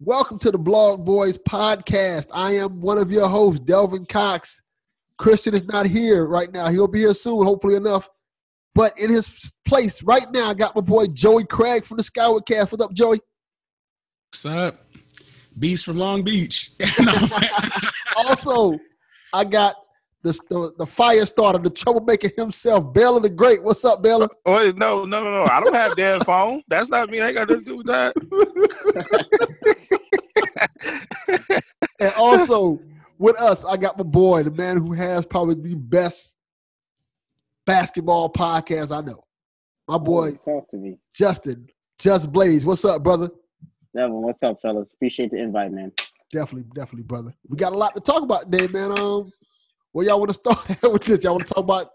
Welcome to the Blog Boys podcast. I am one of your hosts, Delvin Cox. Christian is not here right now. He'll be here soon, hopefully enough. But in his place right now, I got my boy Joey Craig from the Skyward Cast. What's up, Joey? What's up? Beast from Long Beach. also, I got the, the, the fire starter, the troublemaker himself, Bella the Great. What's up, Bella? Wait, no, no, no, no. I don't have dad's phone. That's not me. I ain't got nothing to do with that. and also, with us, I got my boy, the man who has probably the best basketball podcast I know. My boy, talk to me. Justin, Just Blaze. What's up, brother? Devin, what's up, fellas? Appreciate the invite, man. Definitely, definitely, brother. We got a lot to talk about today, man. Um, well, y'all want to start with this? Y'all want to talk about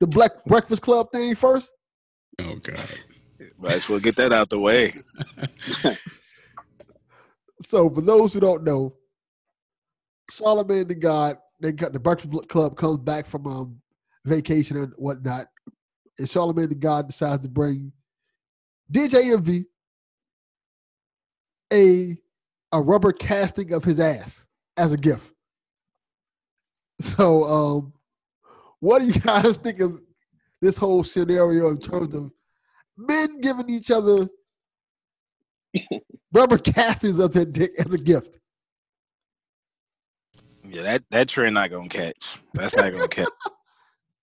the Black Breakfast Club thing first? Oh God! Might as well get that out the way. so, for those who don't know, Charlemagne the God, they got the Breakfast Club comes back from um, vacation and whatnot, and Charlemagne the God decides to bring DJ MV a a rubber casting of his ass as a gift. So, um, what do you guys think of this whole scenario in terms of men giving each other rubber castings of their dick as a gift? Yeah, that that trend not gonna catch. That's not gonna catch.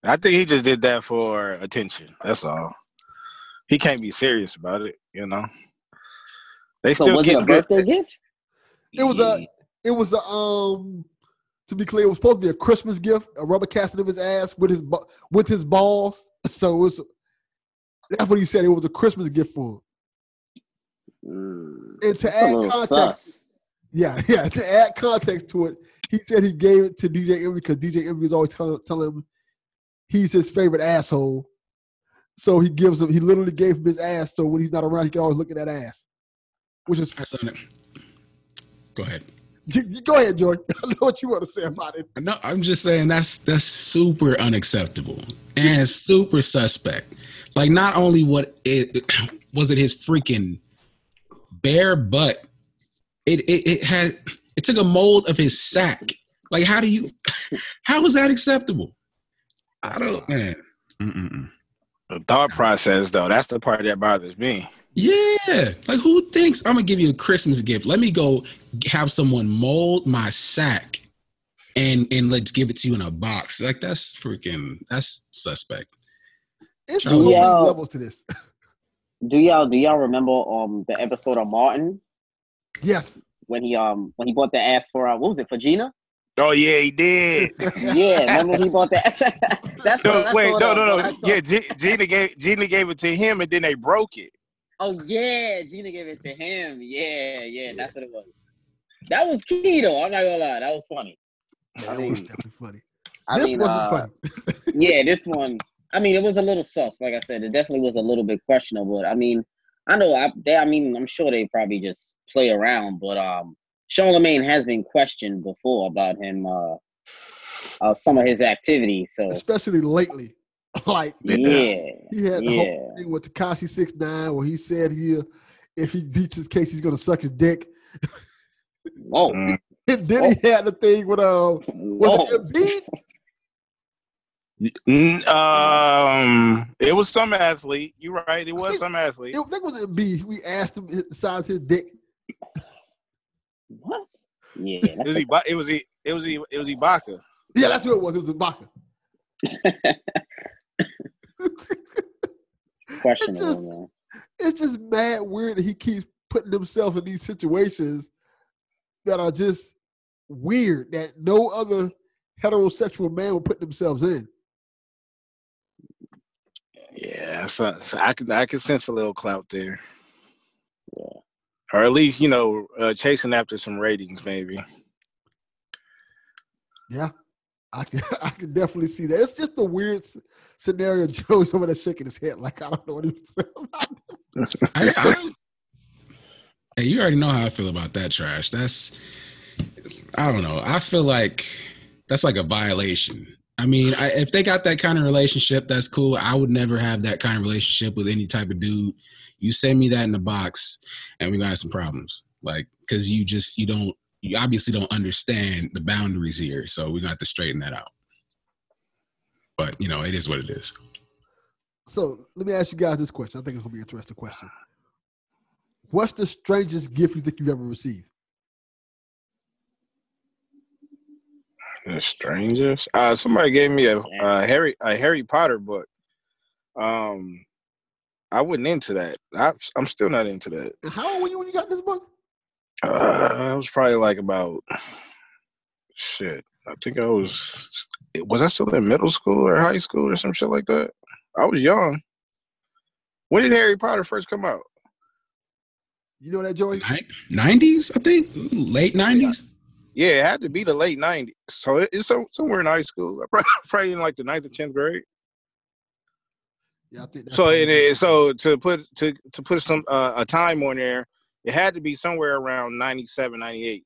I think he just did that for attention. That's all. He can't be serious about it, you know. They So still was it get a birthday gift? It was a, it was a, um, to be clear, it was supposed to be a Christmas gift, a rubber casting of his ass with his bu- with his balls. So it was, that's what he said. It was a Christmas gift for him. Mm, And to that's a add little context, sus. Yeah, yeah. To add context to it, he said he gave it to DJ Envy because DJ Envy is always telling telling him he's his favorite asshole. So he gives him. He literally gave him his ass. So when he's not around, he can always look at that ass. Which is That's on it. Go ahead. you, you- go ahead, Joy. I know what you want to say about it. No, I'm just saying that's that's super unacceptable and super suspect. Like, not only what it was it his freaking bare butt. It it it had it took a mold of his sack. Like, how do you? How is that acceptable? I don't, man. Mm-mm-mm. the thought process though. That's the part that bothers me. Yeah. Like who thinks I'm gonna give you a Christmas gift? Let me go have someone mold my sack and and let's give it to you in a box. Like that's freaking that's suspect. It's Yo. so many levels to this. Do y'all do y'all remember um the episode of Martin yes. when he um when he bought the ass for uh, what was it for Gina? Oh yeah, he did. Yeah, remember he bought the ass. that's No, what I wait, thought no, of no, when I no. saw- Yeah, G- Gina gave Gina gave it to him, and then they broke it. Oh yeah, Gina gave it to him. Yeah, yeah, that's what it was. That was key though. I'm not gonna lie, that was funny. That mean, was definitely funny. I this mean, wasn't uh, funny. yeah, this one. I mean, it was a little sus. Like I said, it definitely was a little bit questionable. I mean, I know. I, they, I mean, I'm sure they probably just play around, but um, Charlemagne has been questioned before about him, uh, uh some of his activities. So Especially lately. Like yeah, he had the whole yeah, thing with Takashi six nine where he said he uh, if he beats his case he's gonna suck his dick. whoa, Mm. And then he had the thing with um was Oh. whoa. it Embiid? Mm, Um, it was some athlete. You're right. It was some athlete. It, I think it was Embiid. We asked him his, the size of his dick. What? Yeah, It was Iba- it was I- it was I- it was Ibaka. Yeah, that's who it was. It was Ibaka. It's that's just- questionable, man. It's just mad weird that he keeps putting himself in these situations that are just weird that no other heterosexual man would put themselves in. Yeah, so, so I can I can sense a little clout there. Or at least you know uh, chasing after some ratings, maybe. I can I can definitely see that. It's just a weird s- scenario. Joe's over there shaking his head like I don't know what he was saying about it. I, I don't- hey, you already know how I feel about that trash. That's I don't know. I feel like that's like a violation. I mean, I, if they got that kind of relationship, that's cool. I would never have that kind of relationship with any type of dude. You send me that in the box, and we're gonna have some problems. Like because you just you don't you obviously don't understand the boundaries here. So we're gonna have to straighten that out. But you know, it is what it is. So let me ask you guys this question. I think it's gonna be an interesting question. What's the strangest gift you think you've ever received? The strangers. Uh, somebody gave me a, a Harry a Harry Potter book. Um, I wasn't into that. I, I'm still not into that. And how old were you when you got this book? Uh, I was probably like about shit. I think I was was I still in middle school or high school or some shit like that. I was young. When did Harry Potter first come out? You know that, Joey? Nineties, I think, late nineties. Yeah, it had to be the late '90s. So it- it's so- somewhere in high school. I probably, probably in like the ninth or tenth grade. Yeah, I think. that's So what it it is. is. So to put to to put some uh, a time on there, it had to be somewhere around 97, 98.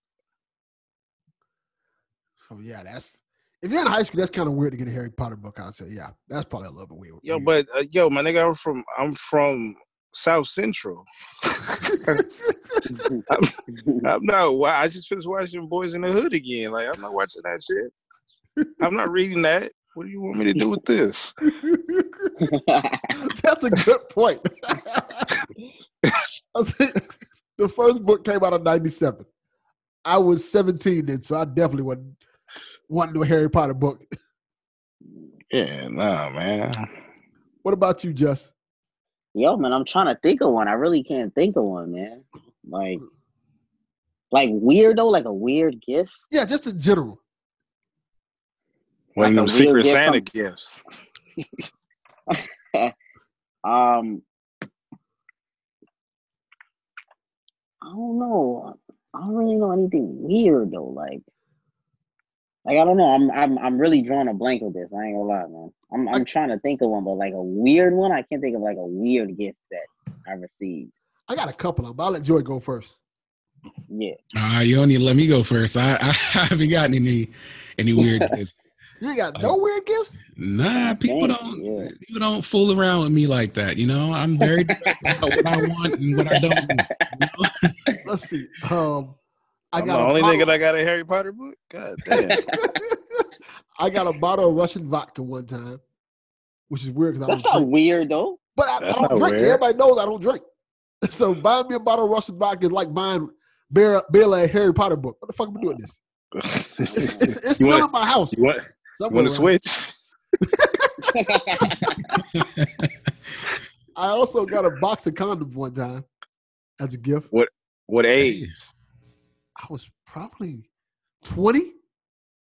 Oh yeah, that's. If you're in high school, that's kind of weird to get a Harry Potter book. I'd say, yeah, that's probably a little bit weird. Yo, but uh, yo, my nigga, I'm from I'm from South Central. I'm not. wa- I just finished watching Boys in the Hood again. Like I'm not watching that shit. I'm not reading that. What do you want me to do with this? that's a good point. I think the first book came out in '97. I was 17 then, so I definitely wasn't wanting to do a Harry Potter book. Yeah, nah, man. What about you, Just? Yo, man, I'm trying to think of one. I really can't think of one, man. Like, like weirdo, like a weird gift. Yeah, just in general. One of Like a them Secret weird gift Santa from- gifts. Um, I don't know. I don't really know anything weird though. Like, like I don't know. I'm I'm I'm really drawing a blank with this. I ain't gonna lie, man. I'm I'm trying to think of one, but like a weird one, I can't think of like a weird gift that I received. I got a couple of them, but I'll let Joy go first. Yeah. Uh, you only let me go first. I, I haven't gotten any any weird gifts. You ain't got no weird gifts? Nah, people Thank don't you. people don't fool around with me like that. You know, I'm very direct about what I want and what I don't. want, you know? Let's see. Um, I I'm got the a only bottle- nigga that got a Harry Potter book. God damn. I got a bottle of Russian vodka one time, which is weird because I That's don't not drink. weird though. But I, I That's don't not drink. weird. Everybody knows I don't drink. So buying me a bottle of Russian vodka is like buying Bella, Bella a Harry Potter book. What the fuck am I doing this? it's You still wanna- in my house. you want you somewhere want to around. switch? I also got a box of condoms one time as a gift. What age? I was probably 20.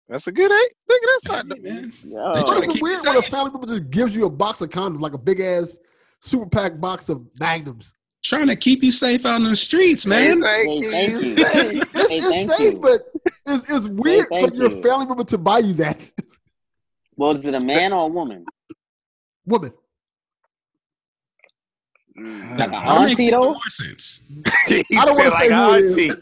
That's a good age. Nigga, that's not. Hey, man. Yo. They But tryna it's keep weird it when a safe. family member just gives you a box of condoms, like a big ass super pack box of magnums. Trying to keep you safe out in the streets, man. Hey, thank you. Hey, it's, Hey, thank it's safe, you. but it's, it's weird thank for your you. family member to buy you that. Well, is it a man or a woman? Woman, Mm. That, Like an that makes auntie even though. more sense. He I don't said want to say who like it auntie. is.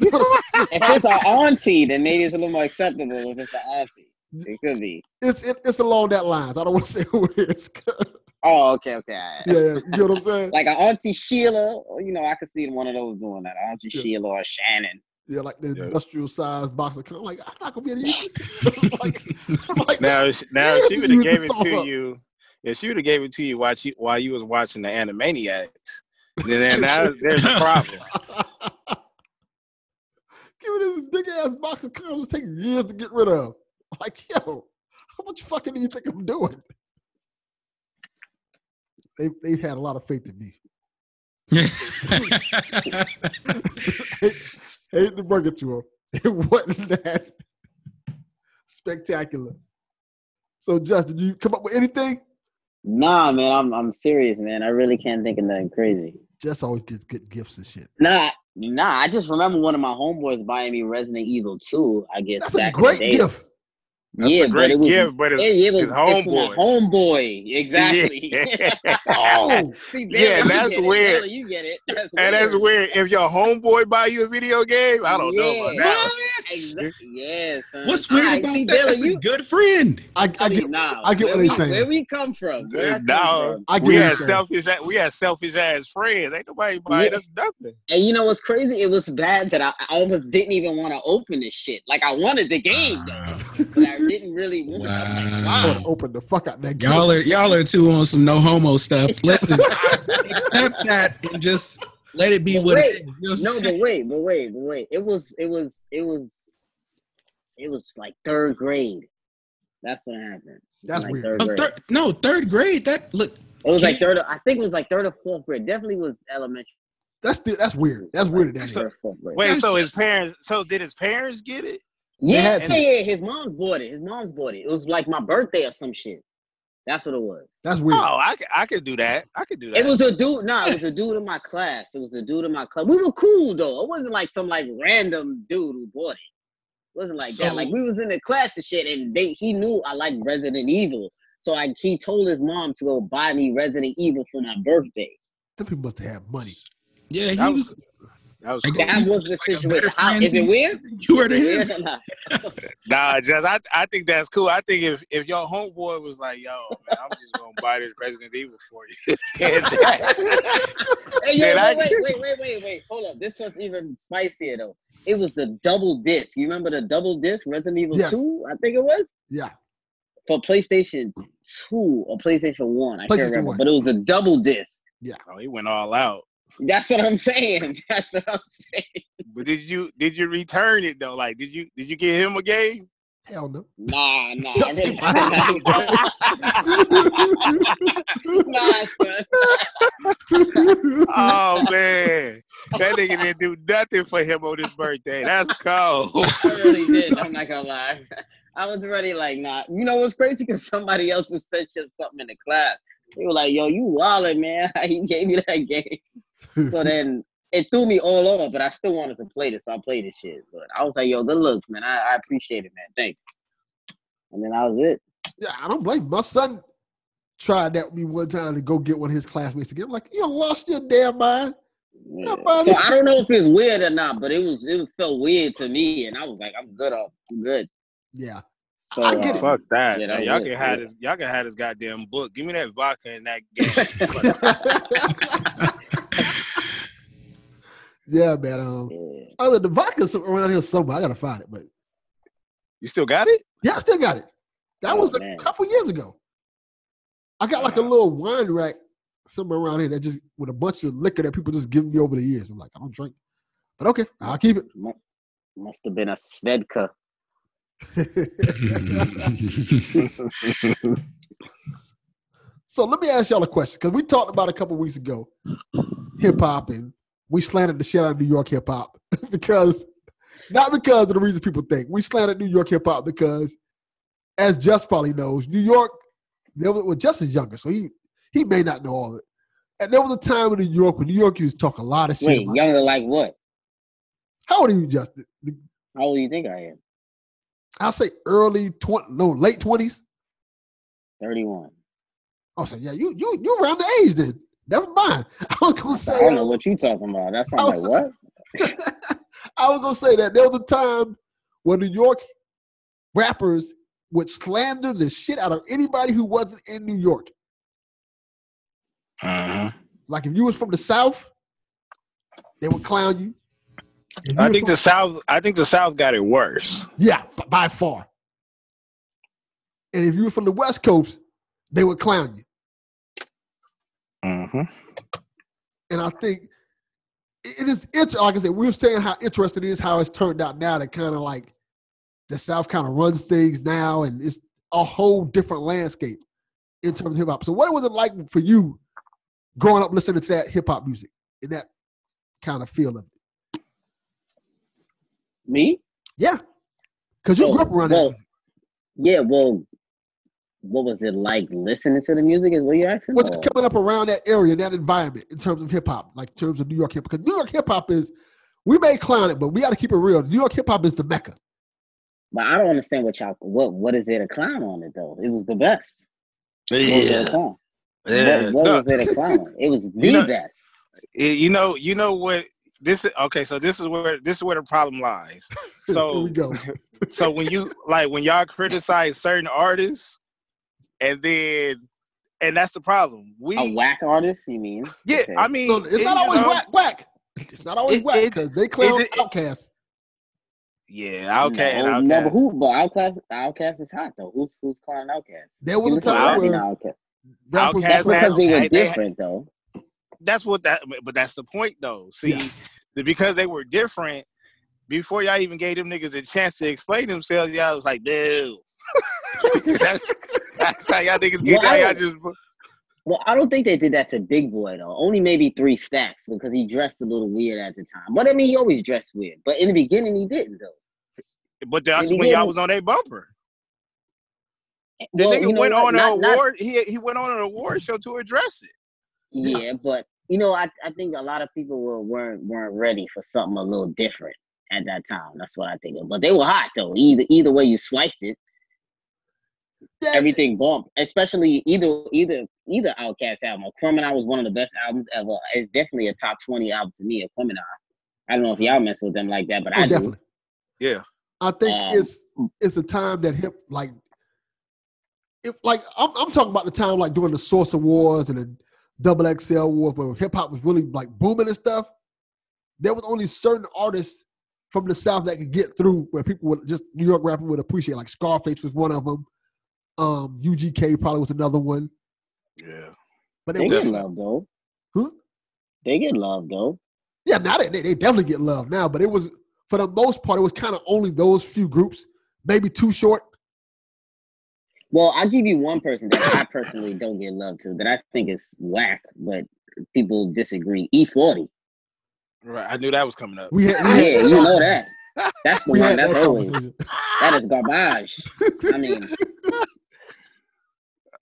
If it's an auntie, then maybe it's a little more acceptable. If it's an auntie, it could be. it's it, it's along that lines. I don't want to say who it is. Oh, okay, okay. all yeah, yeah, right. you know what I'm saying? Like an Auntie Sheila, or, you know, I could see one of those doing that. Auntie Yeah. Sheila or Shannon. Yeah, like the Yeah. industrial sized box of condoms. Like I'm not gonna be able to use Oh, this. like, I'm like, Now, if- now if she You would have gave just it saw to her. you, if she would have gave it to you while you while you was watching the Animaniacs, then now there's a problem. Give me this big ass box of condoms. Take years to get rid of. Like, yo, how much fucking do you think I'm doing? They they've had a lot of faith in me. Hate to bring it to him. It wasn't that spectacular. So, Justin, you come up with anything? Nah, man, I'm I'm serious, man. I really can't think of nothing crazy. Jess always gets good gifts and shit. Nah, nah. I just remember one of my homeboys buying me Resident Evil 2. I guess That's a back in the great day. gift. That's yeah, a great but it was, gift, but it's, yeah, yeah, it was his it's from homeboy. my homeboy. Exactly. Oh. See, Yeah, Baylor, you that's get it. weird. Baylor, you get it. That's and that's weird. If your homeboy buy you a video game, I don't know about Yeah. that. What? Exactly. Yeah, son. What's weird All right, about see, that? Baylor, That's a you, good friend. I, I I get, mean, nah, I get where what he's we- saying. Where we come from? Where I come Nah, from. I get we what had you're saying. selfish, we had selfish ass friends. Ain't nobody buying Yeah. us nothing. And you know what's crazy? It was bad that I, I almost didn't even want to open this shit. Like I wanted the game though, Wow. but I didn't really want it. I'm I like, want Ah. Wow. to open the fuck out that game. Y'all are y'all are too on some no homo stuff. Listen, accept that and just let it be But what wait. it is. You know what I'm No, saying? but wait, but wait, but wait. It was it was it was it was like third grade. That's what happened. That's like weird. Third Oh, grade. thir- no, third grade. That look, It was like Can- third. I think it was like third or fourth grade. Definitely was elementary. That's the, that's weird. That's weird. That Third or fourth grade. Wait, That's so his just- parents? So did his parents get it? yeah, had yeah, to. yeah. His mom's bought it. His mom's bought it. It was like my birthday or some shit. That's what it was. that's weird. Oh, I could, I could do that. I could do that. It was a dude. Nah, it was a dude in my class. It was a dude in my class. We were cool though. It wasn't like some like random dude who bought it. It wasn't like that. So- Like we was in the class and shit, and they he knew I liked Resident Evil, so like he told his mom to go buy me Resident Evil for my birthday. Them people must have money. yeah, he That was. was, that was I cool. guess That he was the like a better situation. How, friend is it than- weird? You were to Yeah, him. nah. Nah, just I, I think that's cool. I think if if your homeboy was like, yo, man, I'm just gonna buy this Resident Evil for you. And that- Hey, yo, Man, I- wait, wait, wait, wait, wait, wait. Hold up. This was even spicier though. It was the double disc. You remember the double disc Resident Evil Yes. Two? I think it was. Yeah, for PlayStation 2 or PlayStation 1. I PlayStation can't remember, 1. but it was a double disc. oh, he went all out. That's what I'm saying. That's what I'm saying. But did you did you return it though? Like, did you did you get him a game? hell no. Nah, nah. I Just really- keep nah, son. Oh man, that nigga didn't do nothing for him on his birthday. That's cold. I really did. I'm not gonna lie. I was already like, nah. You know what's crazy? Because somebody else was said shit something in the class. They were like, yo, you wildin', man. he gave you that game. So then it threw me all over, but I still wanted to play this, so I played this shit. But I was like, yo, good looks, man. I, I appreciate it, man. Thanks. And then I was it. yeah, I don't blame you. my son. Tried that with me one time to go get one of his classmates to get. I'm like, you done lost your damn mind. Yeah. Nobody- So I don't know if it's weird or not, but it was it felt weird to me, and I was like, I'm good off, I'm good. Yeah, So, I get it. um, Fuck that. Yeah, man. that y'all was- can have yeah. this. Y'all can have this goddamn book. Give me that vodka and that game. yeah, man. Um, yeah. other the vodka's around here somewhere. I gotta find it, but you still got it? yeah, I still got it. That Oh, was a man. couple years ago. I got like a little wine rack somewhere around here that just with a bunch of liquor that people just give me over the years. I'm like, I don't drink, but okay, I'll keep it. Mu- Must have been a Svedka. so let me ask y'all a question because we talked about a couple weeks ago hip hop and we slandered the shit out of New York hip hop because not because of the reason people think we slandered New York hip hop because as Just probably knows New York there was well Just is younger so he he may not know all of it and there was a time in New York when New York used to talk a lot of shit Wait, about younger like what? how old are you Justin How old do you think I am? I'll say early twenty no late twenties Thirty-one. I was like yeah you you you around the age then never mind I was gonna I say don't know what you talking about. That's Oh. I'm like what? I was gonna say that there was a time when New York rappers would slander the shit out of anybody who wasn't in New York. Mm-hmm. Uh-huh. Like if you was from the South, they would clown you. If you I was think from- the South. I think the South got it worse. yeah, b- by far. And if you were from the West Coast, they would clown you. Mm-hmm. And I think it it is it's like I said, we were saying how interesting it is how it's turned out now that kind of like the South kind of runs things now and it's a whole different landscape in terms of hip hop. So what was it like for you growing up listening to that hip hop music and that kind of feel of it? Me? Because you Oh, grew up around that well, music. Yeah. Well, what was it like listening to the music? Is what you're asking? What's Or- coming up around that area, that environment in terms of hip hop, like in terms of New York hip hop? Because New York hip hop is we may clown it, but we gotta keep it real. New York hip hop is the Mecca. But I don't understand what y'all what what is there to clown on it though? It was the best. What was there to Yeah, clown? yeah. What, what No, was there to clown? on? It was the You know- best. it- you know, you know what? This is okay. So this is where this is where the problem lies. Here So we go. so when you like when y'all criticize certain artists, and then and that's the problem. We A whack artist, you mean? yeah, Okay. I mean So it's it- not you always know, whack, whack. It's not always It- whack it- because they clown it- it- outcasts. Yeah, okay, No, and never okay. who, but Outcast, Outcast is hot though. Who's who's calling Outcast? There was a Give us some time rapping where Outkast. rappers That's Outcast were because clown. they were Hey, they- different though. that's what that but that's the point though see Yeah. that because they were different before y'all even gave them niggas a chance to explain themselves y'all was like no that's, that's how y'all niggas get down y'all just Well, I don't think they did that to Big Boy though. Only maybe three stacks because he dressed a little weird at the time. But I mean, he always dressed weird. But in the beginning, he didn't though. but that's They when y'all didn't- was on their bumper the Well, nigga you know went what? on Not- an not- award he, he went on an award show to address it Yeah. Yeah, but you know, I, I think a lot of people were weren't weren't ready for something a little different at that time. That's what I think. of. But they were hot though. Either either way you sliced it, Yeah, everything bumped. Especially either either either Outcast album. Criminal was one of the best albums ever. It's definitely a top twenty album to me. Criminal. I don't know if y'all mess with them like that, but oh, I do. definitely. yeah I think Um, it's it's a time that hip like it, like I'm I'm talking about the time like during the Source Awards and the Double XL Awards where hip hop was really like booming and stuff. There was only certain artists from the South that could get through where people would just New York rappers would appreciate. Like Scarface was one of them. Um, UGK probably was another one. yeah But it They was get Definitely. love though. Huh? They get love though. yeah now they, they they definitely get love now. But it was for the most part it was kind of only those few groups, maybe Too Short. Well, I'll give you one person that I personally don't get love to that I think is whack, but people disagree. E E40. right i knew that was coming up We had, we Yeah, had you know that. That's the we one. had That's that always. conversation. That is garbage. I mean,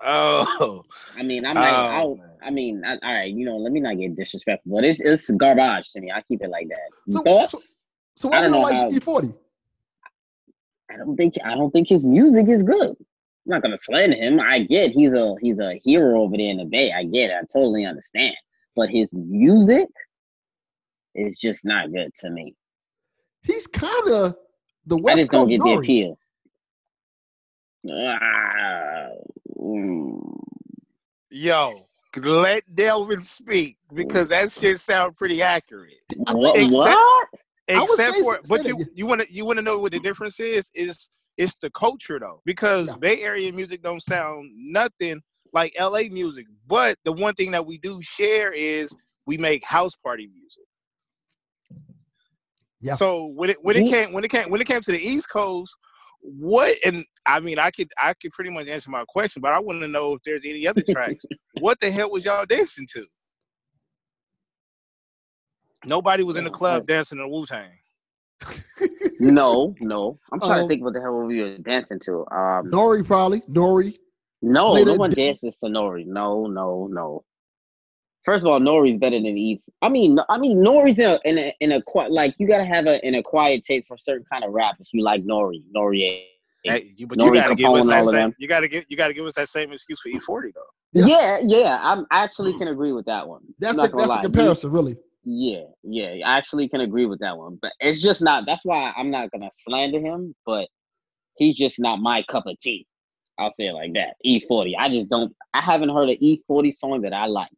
oh I mean, I'm like, Oh, I'll, man. I mean, I, all right, you know, let me not get disrespectful, but it's it's garbage to me. I keep it like that. So- Thoughts? so- So why I do don't you know like how- D forty? I don't think I don't think his music is good. I'm not gonna slander him. I get he's a he's a hero over there in the Bay. I get. it. I totally understand. But his music is just not good to me. He's kind of the I West just don't Coast get the Nori. appeal. Ah, mm. yo let delvin speak because that shit sound pretty accurate I What? think- what? I would except say for so- but say you that, you want to you want to know what the difference is is it's the culture though because Yeah. bay area music don't sound nothing like la music but the one thing that we do share is we make house party music Yeah. so when it when it Yeah. came when it came when it came to the east coast what and i mean i could i could pretty much answer my question but i want to know if there's any other tracks what the hell was y'all dancing to nobody was in the Yeah, club dancing to wu-tang No, no. I'm trying Um, to think what the hell we were dancing to. Um, Nori probably Nori. no, later no one di- dances to Nori. No, no, no. First of all, Nori's better than Eve. I mean, I mean, Nori's in a in a, in a qui- like you gotta have a in a quiet taste for certain kind of rap if you like Nori, Nori. Hey, you, but Nori you gotta give Capone us and that all of same. them. You gotta give. You gotta give us that same excuse for E forty though. Yeah. Yeah, yeah. I'm, I actually can agree with that one. That's I'm the not gonna that's the lie. You- comparison, really. Yeah, yeah, I actually can agree with that one, but it's just not. That's why I'm not gonna slander him, but he's just not my cup of tea. I'll say it like that. E40. I just don't. I haven't heard an E40 song that I like.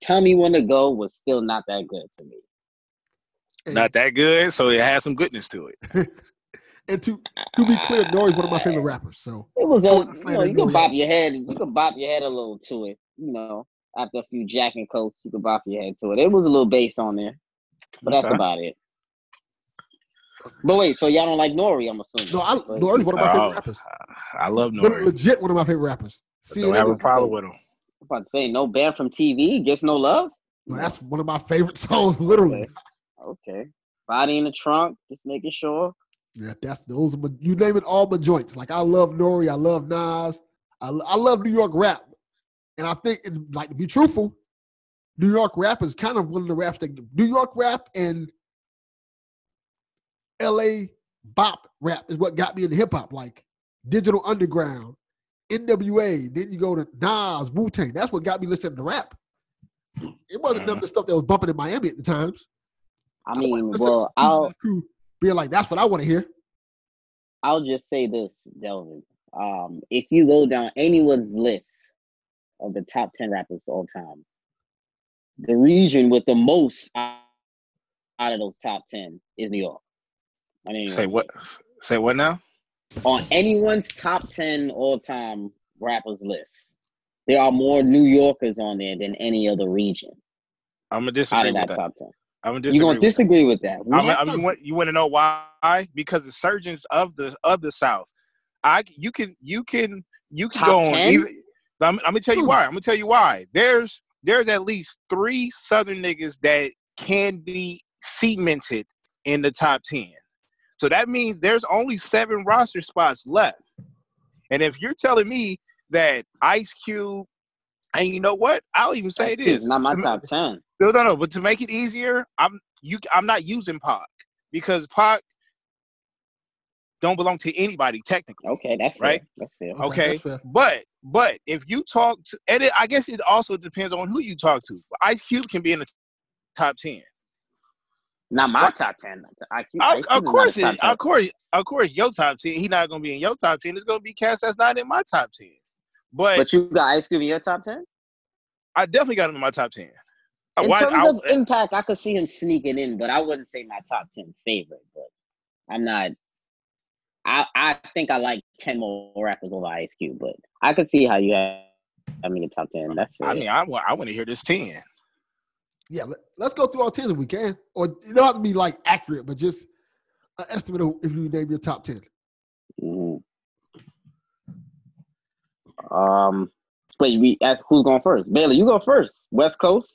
Tell me when to go was still not that good to me. And, Not that good, so it has some goodness to it. and to to be clear, Nori's one of my favorite rappers. So It was I a wouldn't you know slander you can Nori. bop your head you can bop your head a little to it you know after a few Jack and Cokes you can bop your head to it. It was a little bass on there, but that's Okay. about it. But wait, so y'all don't like Nori? I'm assuming. no, I, But- Nori's one of my favorite Oh, rappers. I love One of- Nori. legit, one of my favorite rappers. I Don't have a CNN, problem with him. I'm about to say no ban from TV gets no love. well, that's one of my favorite songs, literally. Okay, body in the trunk, just making sure. Yeah, that's those. Are my, you name it, all my joints. Like I love Nori, I love Nas, I, lo- I love New York rap, and I think, and, like to be truthful, New York rap is kind of one of the raps that New York rap and L.A. bop rap is what got me into hip hop, like Digital Underground, NWA. Then you go to Nas, Wu Tang. That's what got me listening to rap. It wasn't none of the stuff that was bumping in Miami at the times. I mean, listen, well, I'll Crew Being like, that's what I want to hear. I'll just say this, Delvin. Um, if you go down anyone's list of the top ten rappers of all time, the region with the most out out of those top ten is New York. On anyone's Say what? Say what now? on anyone's top 10 all time rappers list, there are more New Yorkers on there than any other region I'm gonna out disagree with of that that. top 10. I'm gonna You're disagree. going to with that. disagree with that. We I'm, have I'm, you want you want to know why? Because the surgeons of the of the South, I you can you can you can Top go on 10? either. I'm, I'm gonna tell you why. I'm gonna tell you why. There's there's at least three Southern niggas that can be cemented in the top ten. So that means there's only seven roster spots left. And if you're telling me that Ice Cube, and you know what, I'll even say It's this. Not my to me- top 10. no, no, no. But to make it easier, I'm you. I'm not using Pac because Pac don't belong to anybody technically. Okay, that's fair. Right? That's fair. Oh, Okay, Okay, that's fair. but but if you talk to, and it, I guess it also depends on who you talk to. Ice Cube can be in the top ten. Not my top 10. I keep, Of, Ice Cube of is not course, a top it, 10. of course, of course, your top ten. He's not gonna be in your top ten. It's gonna be cats that's not in my top ten. But, But you got Ice Cube in your top 10? I definitely got him in my top ten. Uh, In why- terms I- of impact, I could see him sneaking in, but I wouldn't say my top 10 favorite. But I'm not. I, I think I like 10 more rappers over Ice Cube, but I could see how you have. I mean, the top 10. That's fair. I mean, I want I want to hear this ten. Yeah, let, us go through our tens if we can, or it don't have to be like accurate, but just an estimate of if you name your top ten. Mhm. Um, wait, we ask who's going first? Bailey, you go first. West Coast.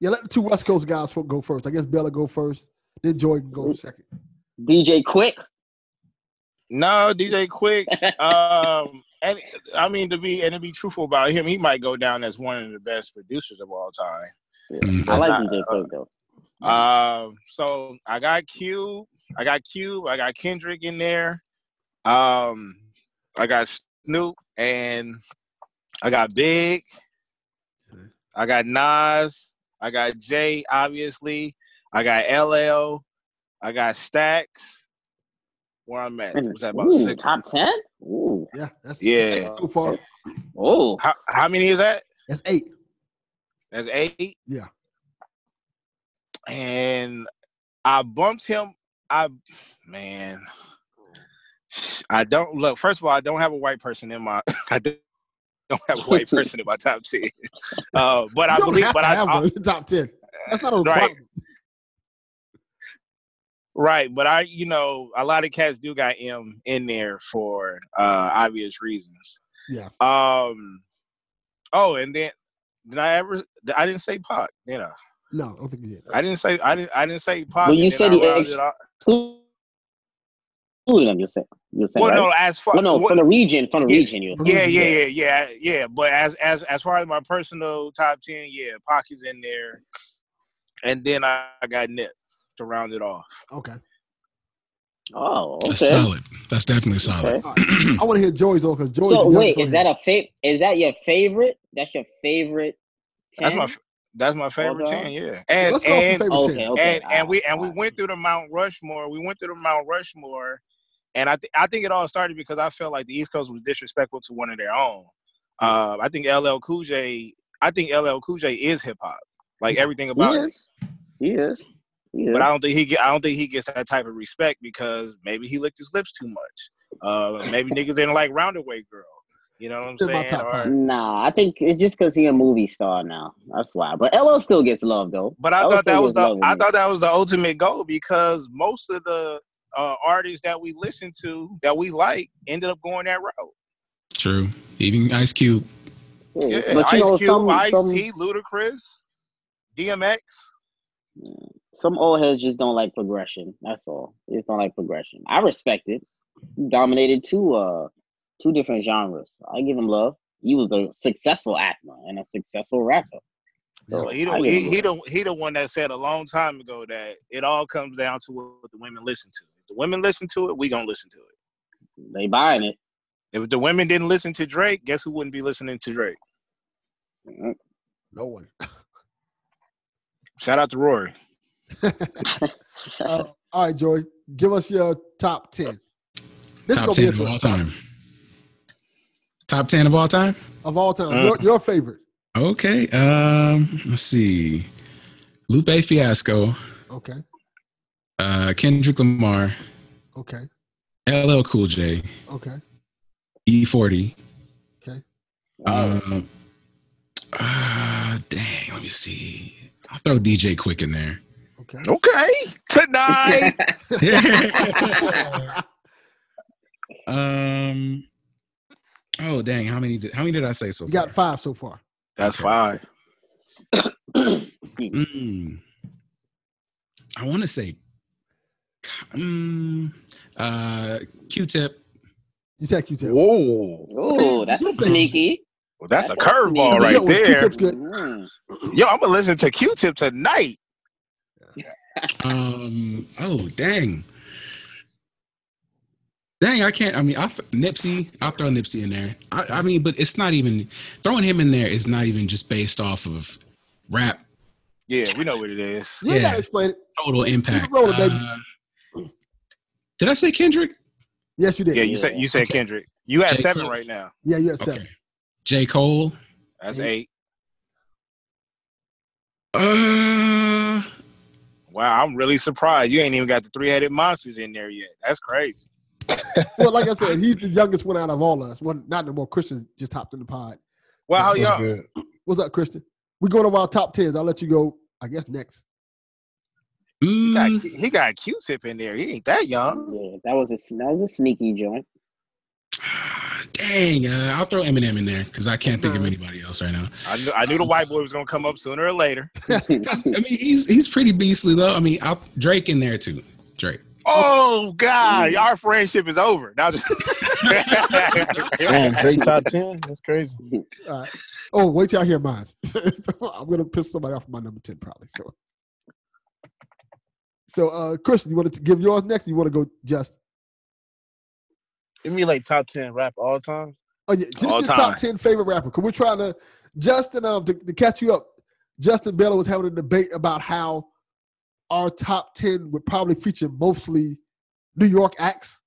Yeah, let the two West Coast guys fo- go first. I guess Bella go first, then Joy can go second. DJ Quick. No, DJ Quick. um, and I mean to be and to be truthful about him, he might go down as one of the best producers of all time. I like Nah, DJ Quick though. Um, so I got Cube, I got Cube, I got Kendrick in there. Um, I got Snoop and I got Big. I got Nas. I got Jay, obviously. I got LL. I got Stacks. Where I'm at? Was that about Ooh, six? Top ten. Ooh. Yeah, that's Yeah. So far, Oh. How, how many is that? that's eight. That's eight. Yeah. And I bumped him. I man. I don't look. First of all, I don't have a white person in my. I don't have a white person in my top ten. Uh, but You I don't believe. have But to I, have I one in the top ten. That's not a Right. requirement. right. But I, you know, a lot of cats do got M in there for uh obvious reasons. Yeah. Um. Oh, and then did I ever? I didn't say Pac. You know, No, I don't think we did. I didn't say. I didn't. I didn't say Pac. Well, you and then said I he rounded ex- it off- Who? Who them? You said. You said. Well, right? no, as far Well, no, what- from the region. From the region. You. Yeah, yeah, yeah, yeah, yeah. But as as as far as my personal top ten, yeah, Pac is in there, and then I, I got Nip to round it off. Okay. Oh. That's Okay. solid. That's definitely solid. okay. All right. I want to hear Joy's on because Joy's. So wait, is that a favorite? Is that your favorite? That's your favorite. 10? That's my f- that's my favorite Hold on. ten. Yeah, and Let's go off and your favorite Okay. ten. Okay. and Uh, all and we right, and we all right. went through the Mount Rushmore. We went through the Mount Rushmore, and I th- I think it all started because I felt like the East Coast was disrespectful to one of their own. Uh, I think LL Cool J. I think LL Cool J is hip hop. Like everything about He it. is. He is. He is. but I don't think he get. I don't think he gets that type of respect because maybe he licked his lips too much. Uh, maybe niggas didn't like Roundaway Girl. You know what I'm In my saying? top five. Or, Nah, I think it's just because he's a movie star now. That's why. But LL still gets love though. but I LL thought that still was gets the. love with I me. thought that was the ultimate goal because most of the uh, artists that we listen to that we like ended up going that route. True. Even Ice Cube. Yeah, Yeah, but you Ice know, Cube, some Ice some T, Ludacris, DMX. some old heads just don't like progression. That's all. They just don't like progression. I respect it. He dominated two uh two different genres. I give him love. He was a successful actor and a successful rapper. So He the, I give he, him he love. the he the one that said a long time ago that it all comes down to what the women listen to. If the women listen to it, we gonna listen to it. They buying it. If the women didn't listen to Drake, guess who wouldn't be listening to Drake? No one. Shout out to Rory. Uh, all right, Joy, give us your top ten. This is gonna top be ten of all interesting. time. Top ten of all time. Of all time, Uh. your, your favorite. Okay. Um. Let's see. Lupe Fiasco, Okay, uh, Kendrick Lamar, okay, LL Cool J, E okay. E40. Oh. Wow. Um, uh, dang. Let me see. I'll throw DJ Quick in there. Okay. Okay. Tonight. um. Oh dang! How many? Did, how many did I say so You far? got five so far. That's five. Mm. I want to say, mm, uh, Q-Tip. You said Q-Tip. Whoa. Ooh, that's a sneaky. Well, that's, That's a a curveball That's a sneaky. right good one. there. Q-tip's good. Mm. Yo, I'm gonna listen to Q-Tip tonight. Um, oh dang, dang! I can't. I mean, I f- Nipsey. I'll throw Nipsey in there. I, I mean, but it's not even throwing him in there is not even just based off of rap Yeah, we know what it is. You ain't Yeah. gotta explain it. total impact. rolling, baby. Uh, did I say Kendrick? Yes, you did. Yeah, Yeah, you said you said Okay. Kendrick. You at J. seven Cole. right now. you had seven. Okay. J. Cole. That's Eight. eight. Uh, Wow, I'm really surprised. You ain't even got the three-headed monsters in there yet. That's crazy. Well, like I said, he's the youngest one out of all us. One, not no more. Christian just hopped in the pod. Well, how That's y'all? What's up, Christian? We're going to our top tens. I'll let you go. I guess next. He mm, got, he got Q-Tip in there. He ain't that young. Yeah, that was a that was a sneaky joint. Dang, uh, I'll throw Eminem in there because I can't think of anybody else right now. I knew, I knew the white boy was gonna come up sooner or later. That's- I mean, he's he's pretty beastly though. I mean, I'll, Drake in there too. Drake. Oh God, Mm-hmm. our friendship is over. Now just Damn, Drake top ten. That's crazy. All right. Oh, wait till I hear mine. I'm gonna piss somebody off with my number ten probably. So, so uh, Christian, you want to give yours next? Or you want to go just? Give me like top ten rap all time. Oh yeah, just All your time. top ten favorite rapper. Cause we're trying to Justin um to, to catch you up. Justin Bella was having a debate about how our top ten would probably feature mostly New York acts.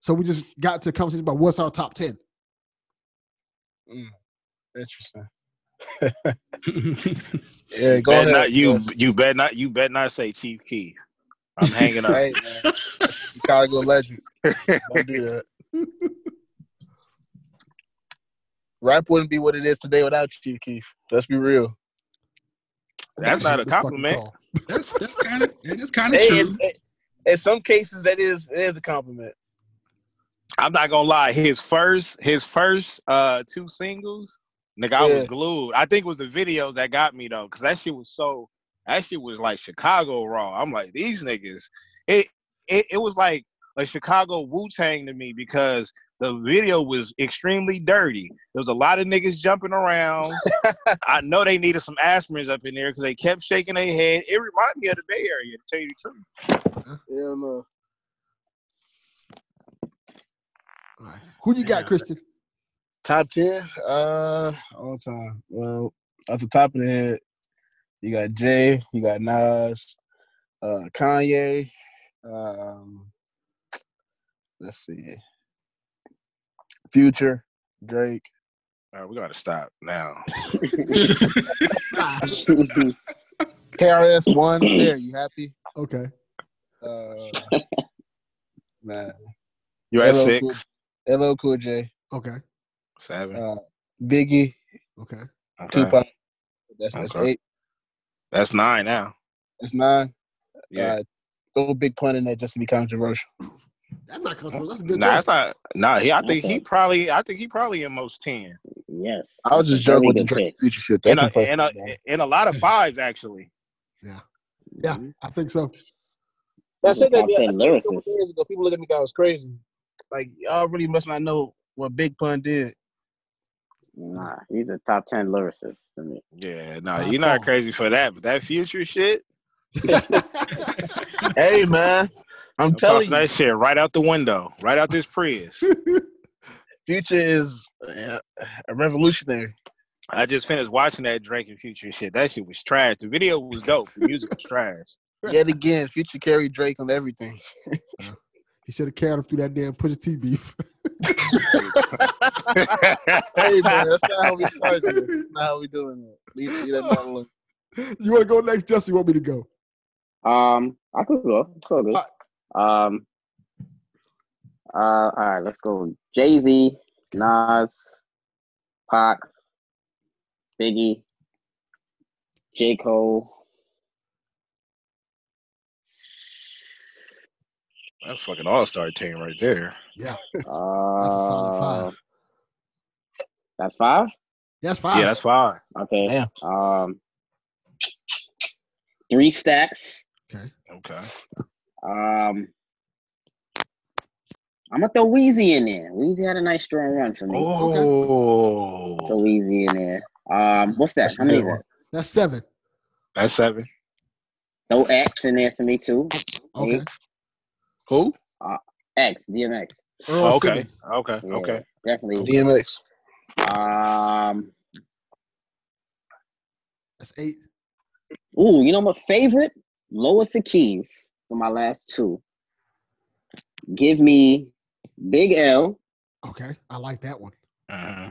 So we just got to a conversation about what's our top ten. Interesting. Yeah, go bet ahead. not you. Yes. You bet not. You bet not say Chief Key. I'm hanging up. Hey, man. Chicago legend. Don't do that. Rap wouldn't be what it is today without you, Keith. Let's be real. That's not a This fucking compliment. call. that's that's kind of that is kind of Hey, true. it's- it- in some cases, that is it is a compliment. I'm not gonna lie. His first, his first uh two singles, nigga, I was Yeah. glued. I think it was the videos that got me though, because that shit was so. That shit was like Chicago raw. I'm like these niggas. It it, it was like a Chicago Wu Tang to me because the video was extremely dirty. There was a lot of niggas jumping around. I know they needed some aspirins up in there because they kept shaking their head. It reminded me of the Bay Area, to tell you the truth. Yeah, no. All right. Who you got, Christian? Top ten, uh, all time. Well, at the top of the head, you got Jay, you got Nas, uh, Kanye. Um, let's see, Future, Drake. All right, we gotta stop now. KRS One. there, you happy? Okay. Uh, man, You at LL six, Cool- LL Cool J, Okay. seven, uh, Biggie, Okay. okay. Tupac. That's that's Okay. eight. That's nine now. That's nine. Yeah. Uh, throw a big pun in there just to be controversial. That's not comfortable. That's a nah, good choice. that's not. Nah, he. I think Okay. he probably. I think he probably in most ten. yes. I was just That's a joking with the good Drake pick. and Future shit. And That's a, impressive, and a man. and a lot of fives actually. Yeah, I think so. I said that Top ten the- I said that a lyricist. couple years ago. People looked at me, thought I was crazy. Like y'all really must not know what Big Pun did. Nah, he's a top ten lyricist to me. Yeah. No, nah, By you're not far. crazy for that, but that future shit. hey man, I'm telling Toss you, that shit right out the window, right out this Prius. Future is uh, a revolutionary. I just finished watching that Drake and Future shit. That shit was trash. The video was dope. The music was trash. Yet again, Future carried Drake on everything. He should have carried him through that damn push T beef. Hey man, that's not how we started. this. That's not how we doing it. Leave, leave that man alone. you want to go next, Justin? You want me to go? Um, I could go. It's all good. All Um, uh, all right, let's go. Jay Z, Nas, Pac, Biggie, J Cole. That's fucking all star team right there. That's solid Uh, five. Uh, That's five. That's fine. Yeah, that's fine. Okay. Damn. Um, three stacks. Okay. Um, I'm gonna throw Weezy in there. Weezy had a nice strong run for me. Oh, So Weezy in there. Um, what's that? That's How many a is good that? That's seven. that's seven. Throw X in there for me too. Okay. Eight. Who? X, DMX. Earl Oh, okay. Simmons. Okay. Yeah, Okay. Definitely. DMX. Um That's eight. ooh, you know my favorite? Lois the Keys for my last two. Give me Big L Okay. I like that one. Uh-huh.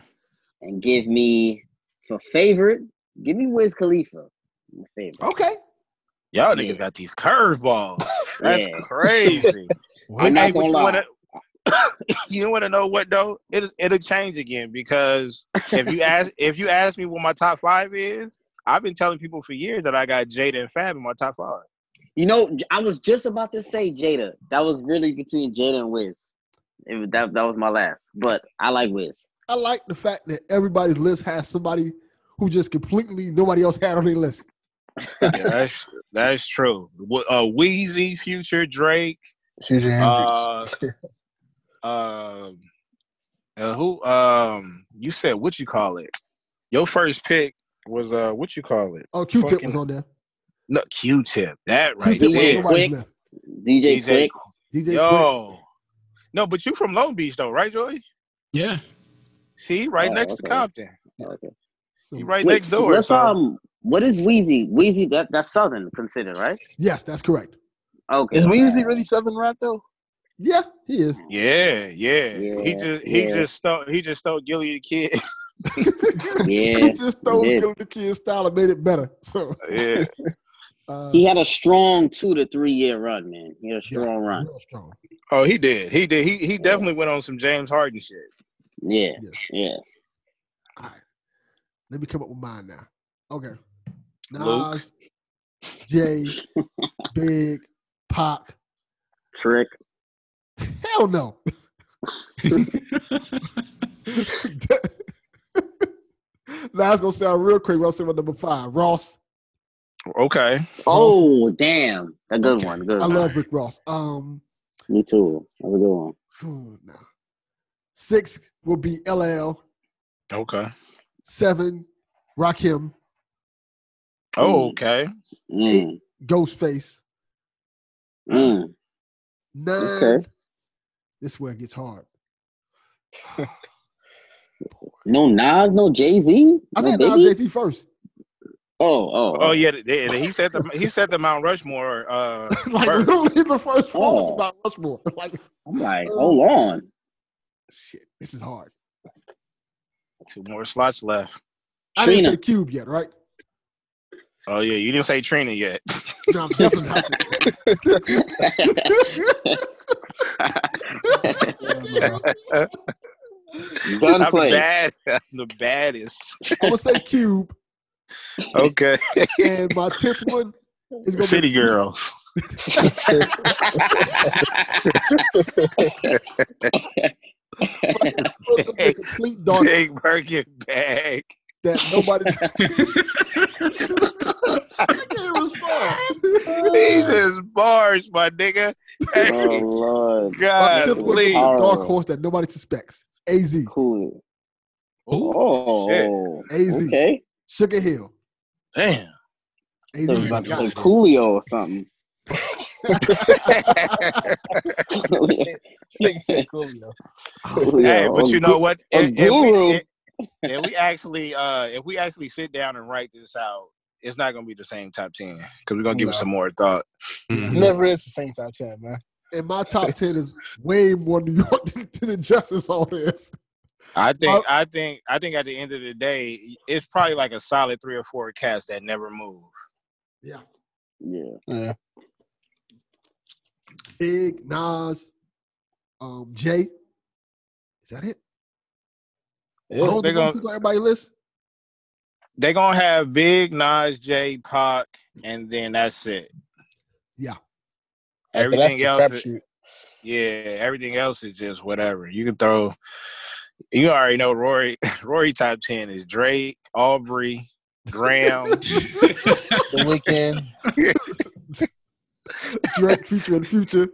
and give me for favorite, give me Wiz Khalifa. My favorite. Okay. Y'all Yeah. niggas got these curveballs. That's Yeah. crazy. I'm not Hey, but gonna you lie. wanna- you want to know what though? It it'll change again because if you ask if you ask me what my top five is, I've been telling people for years that I got Jada and Fab in my top five. You know, J- I was just about to say Jada. That was really between Jada and Wiz. It, was- that, that was my last. But I like Wiz. I like the fact that everybody's list has somebody who just completely nobody else had on their list. Yeah, that's that's true. Wh- Uh, Wheezy, Future, Drake, Future uh, um, uh, who? Um, you said what you call it? Your first pick was uh, what you call it? Oh, Q Tip Fucking- was on there. No, Q-Tip. That right Q-Tip was there. on there. nobody's Quick. list. DJ, DJ Quick. DJ Quick. Yo, no, but you from Long Beach though, right, Joy? Yeah. See, right Oh, next to okay. Compton. Okay. So- You right Wait, next door. What's so- um? What is Wheezy? Wheezy that that's Southern considered, right? Yes, that's correct. Okay. Is Weezy alright. really Southern rap though? Yeah, he is. Yeah, yeah. Yeah, He just he yeah. just stole he just stole Gilly the kid. he Yeah, just stole did. Killer the Kid style and made it better. So yeah. uh, He had a strong two to three year run, man. He had a Yeah. strong run. real strong. Oh, he did. He did. He he definitely went on some James Harden shit. Yeah, Yeah. yeah. All right. Let me come up with mine now. Okay. Luke. Nas, Jay, Big, Pac. Trick. Hell no. now it's gonna sound real quick. I'll say my number five, Ross. Okay. Oh damn, a good one. Good. I one. love Rick Ross. Um, Me too. That's a good one. phew, nah. six will be LL. Okay. Seven, Rakim, Oh, okay. Mm, Ghostface. mm. Nine. Okay. This is where it gets hard. No Nas, no Jay Z, I no think Nas Biggie. JT first. Oh, oh, Oh yeah, th- th- he said the he said the Mount Rushmore uh like first. literally the first one was Oh. about Rushmore. Like I'm like, Oh. hold on. shit, this is hard. two more slots left. I Trina. didn't say Cube yet, right? Oh yeah, you didn't say Trina yet. No, I'm definitely not saying I'm the Gunplay. bad. I'm the baddest. I'm gonna say Cube, Okay. and my tenth one is gonna City be girls. it's gonna be a complete dark Big Birkin bag. that nobody. I can't respond. Jesus bars, my nigga. oh Hey, Lord. my God, tenth one is a please. All dark right. horse that nobody suspects. Az Cool. Ooh. Oh, AZ. okay. Sugar Hill. Damn. Az So, even was know my guy. who that so is. Coolio or something. Nigga said Coolio. Hey, but you know what? a If, if guru. we, if, if we actually, uh, if we actually sit down and write this out, it's not gonna be the same top ten because we're gonna give No. it some more thought. Mm-hmm. Never is the same top ten, man. and my top ten is way more New York than, than the Justice on this. I Well- think, I think, I think at the end of the day, it's probably like a solid three or four cats that never move. Yeah, Yeah. Yeah. Big Nas, um, Jay. Is that it? Yeah. I don't They think gonna, gon- everybody list. They're gonna have Big Nas, J, Pac, and then that's it. After Everything the else is- crapshoot. Yeah, everything else is just whatever. You can throw. You already know Rory. Rory top ten is Drake, Aubrey, Graham. The weekend. Drake featuring Future.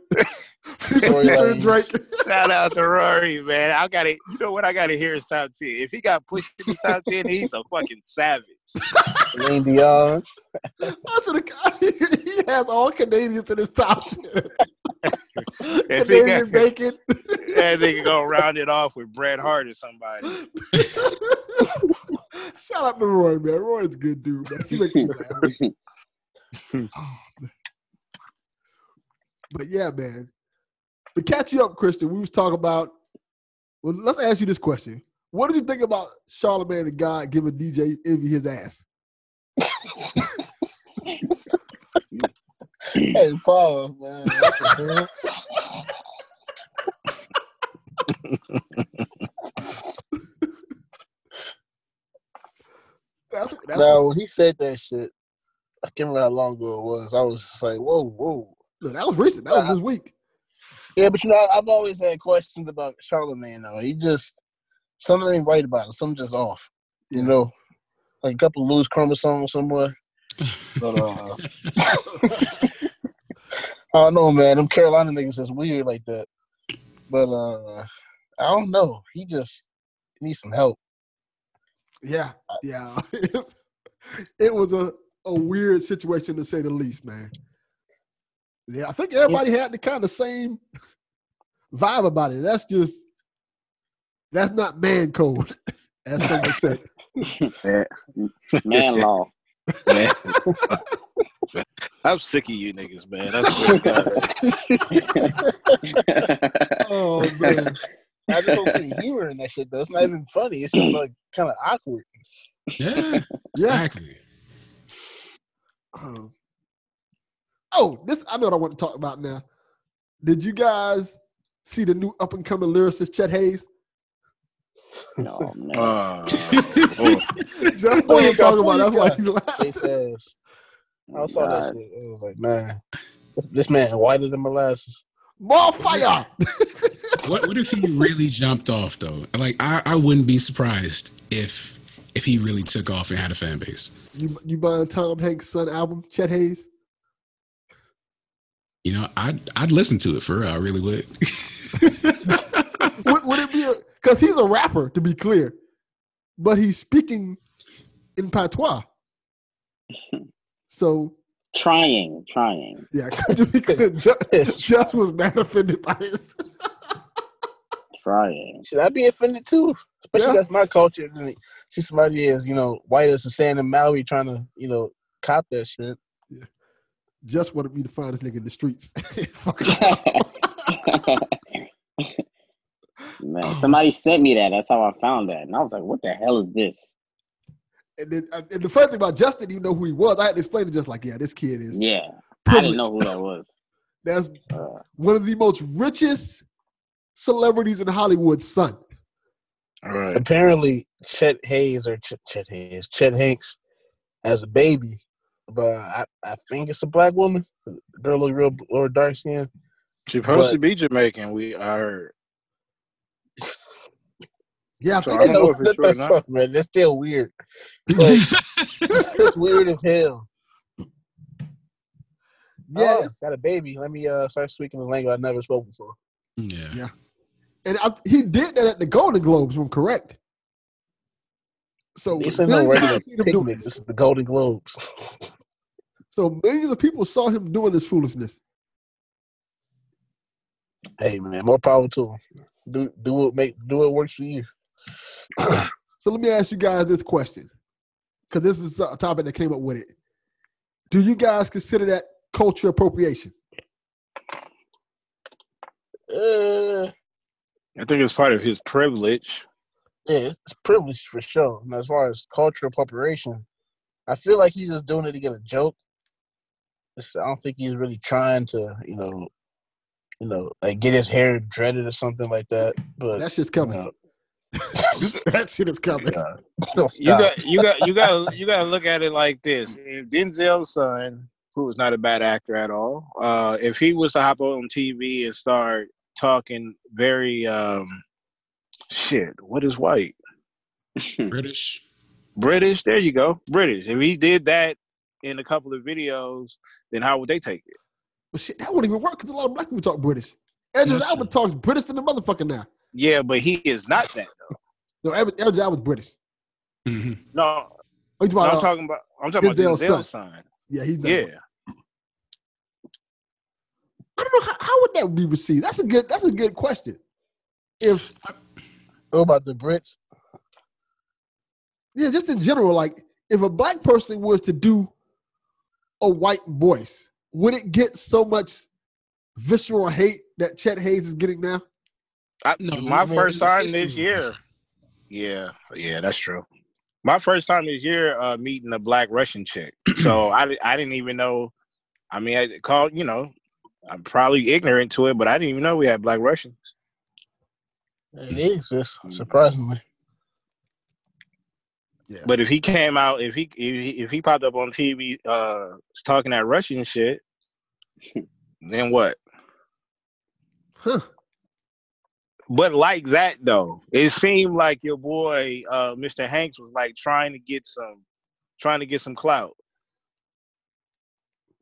Future Tory featuring Lanez. Drake. Shout out to Rory, man. I got to You know what? I got to hear is top ten. If he got pushed in his top ten, he's a fucking savage. Celine Dion. I should've- he has all Canadians in his top ten. If he Canadian got, bacon. and they can go round it off with Bret Hart or somebody. Shout out to Roy, man. Roy's a good dude, man. He makes me laugh. Oh, man. But yeah, man. To catch you up, Christian, we was talking about. Well, let's ask you this question: What did you think about Charlamagne the God giving DJ Envy his ass? Hey, Paul, man. What the hell? That's that's now, when he said that shit, I can't remember how long ago it was. I was just like, whoa, whoa. look, that was recent. That was this week. Yeah, but you know, I- I've always had questions about Charlemagne. Though he just something ain't right about him. Something just off. You know, like a couple loose chromosomes somewhere. But uh, I don't know, man. Them Carolina niggas is weird like that. But uh, I don't know. He just needs some help. Yeah, yeah. it was a a weird situation to say the least, man. Yeah, I think everybody had the kind of same vibe about it. That's just that's not man code, as someone said. Man law. Man. I'm sick of you niggas, man. That's what Oh man. I just don't see the humor in that shit. Though it's not even funny. It's just like kind of awkward. yeah, exactly. Um, oh, this I know what I want to talk about now. Did you guys see the new up and coming lyricist Chet Hayes? No, man. Oh, Uh, Just Who what you I'm got? talking Who about. you That's why got? he laughed. Face ass. I saw that God. shit. It was like, man, this, this man whiter than molasses. More fire. What What if he really jumped off though? Like I, I wouldn't be surprised if if he really took off and had a fan base. You you buying Tom Hanks' son album, Chet Hayes? You know, I'd I'd listen to it for real. I really would. Would, would it be a because he's a rapper, to be clear. But he's speaking in patois. So Trying, trying. yeah, could you be clear? Just, just was mad offended by this. Trying. Should I be offended too? Especially Yeah. that's my culture. And then see somebody is, you know, white as the sand in Maui trying to, you know, cop that shit. Just wanted me to find this nigga in the streets. Fuck man, somebody sent me that. That's how I found that. And I was like, what the hell is this? And then uh, and the funny thing about Justin, didn't even know who he was. I had to explain to just like, yeah, this kid is Yeah. I didn't privileged. know who that was. That's Uh, one of the most richest celebrities in Hollywood, son. all right. Apparently, Chet Hayes or Chet, Chet Hayes, Chet Hanks, as a baby, but I, I think it's a black woman. The girl look real or dark skin. She supposed But- to be Jamaican. We I heard. Yeah, I So think I don't know if it's What true or the not. fuck, man? That's still weird. Like, that's weird as hell. yeah, Oh, it's- got a baby. Let me uh start speaking a language I never spoke before. yeah. and I, he did that at the Golden Globes, if I'm correct. So This ain't no millions of people regular seen him doing picnic. this. This is the Golden Globes. So millions of people saw him doing this foolishness. Hey man, more power to him. Do do what make do what works for you. So let me ask you guys this question, because this is a topic that came up with it. Do you guys consider that culture appropriation? Uh, I think it's part of his privilege. yeah, it's privilege for sure. And as far as cultural appropriation, I feel like he's just doing it to get a joke. It's- I don't think he's really trying to, you know, you know, like get his hair dreaded or something like that. But That shit's coming. No. that shit is coming. Don't You stop. got you got you got you got to look at it like this. If Denzel's son, who was not a bad actor at all, uh, if he was to hop on TV and start talking very um, shit, what is white? British. British. There you go, British. If he did that in a couple of videos, then how would they take it? But shit, that wouldn't even work because a lot of black people talk British. Edward That's Alba true. talks British than the motherfucker now. Yeah, but he is not that. No, Edward Alba's British. hmm No, Oh, you no, talking I'm about, uh, talking about I'm talking about Denzel's Denzel's, son. son. yeah, he's not. Yeah, I don't know how, how would that be received. That's a good. That's a good question. If What about the Brits? yeah, just in general, like if a black person was to do a white voice, would it get so much visceral hate that Chet Hayes is getting now? I, No, my man, first it's- time it's this the- year. Yeah, yeah, that's true. My first time this year uh, meeting a black Russian chick, so I di- I didn't even know. I mean, I called you know, I'm probably ignorant to it, but I didn't even know we had black Russians. It exists, Mm. surprisingly. But if he came out, if he if he, if he popped up on TV, uh, talking that Russian shit, then what? Huh? But like that though, it seemed like your boy uh, Mr. Hanks was like trying to get some, trying to get some clout.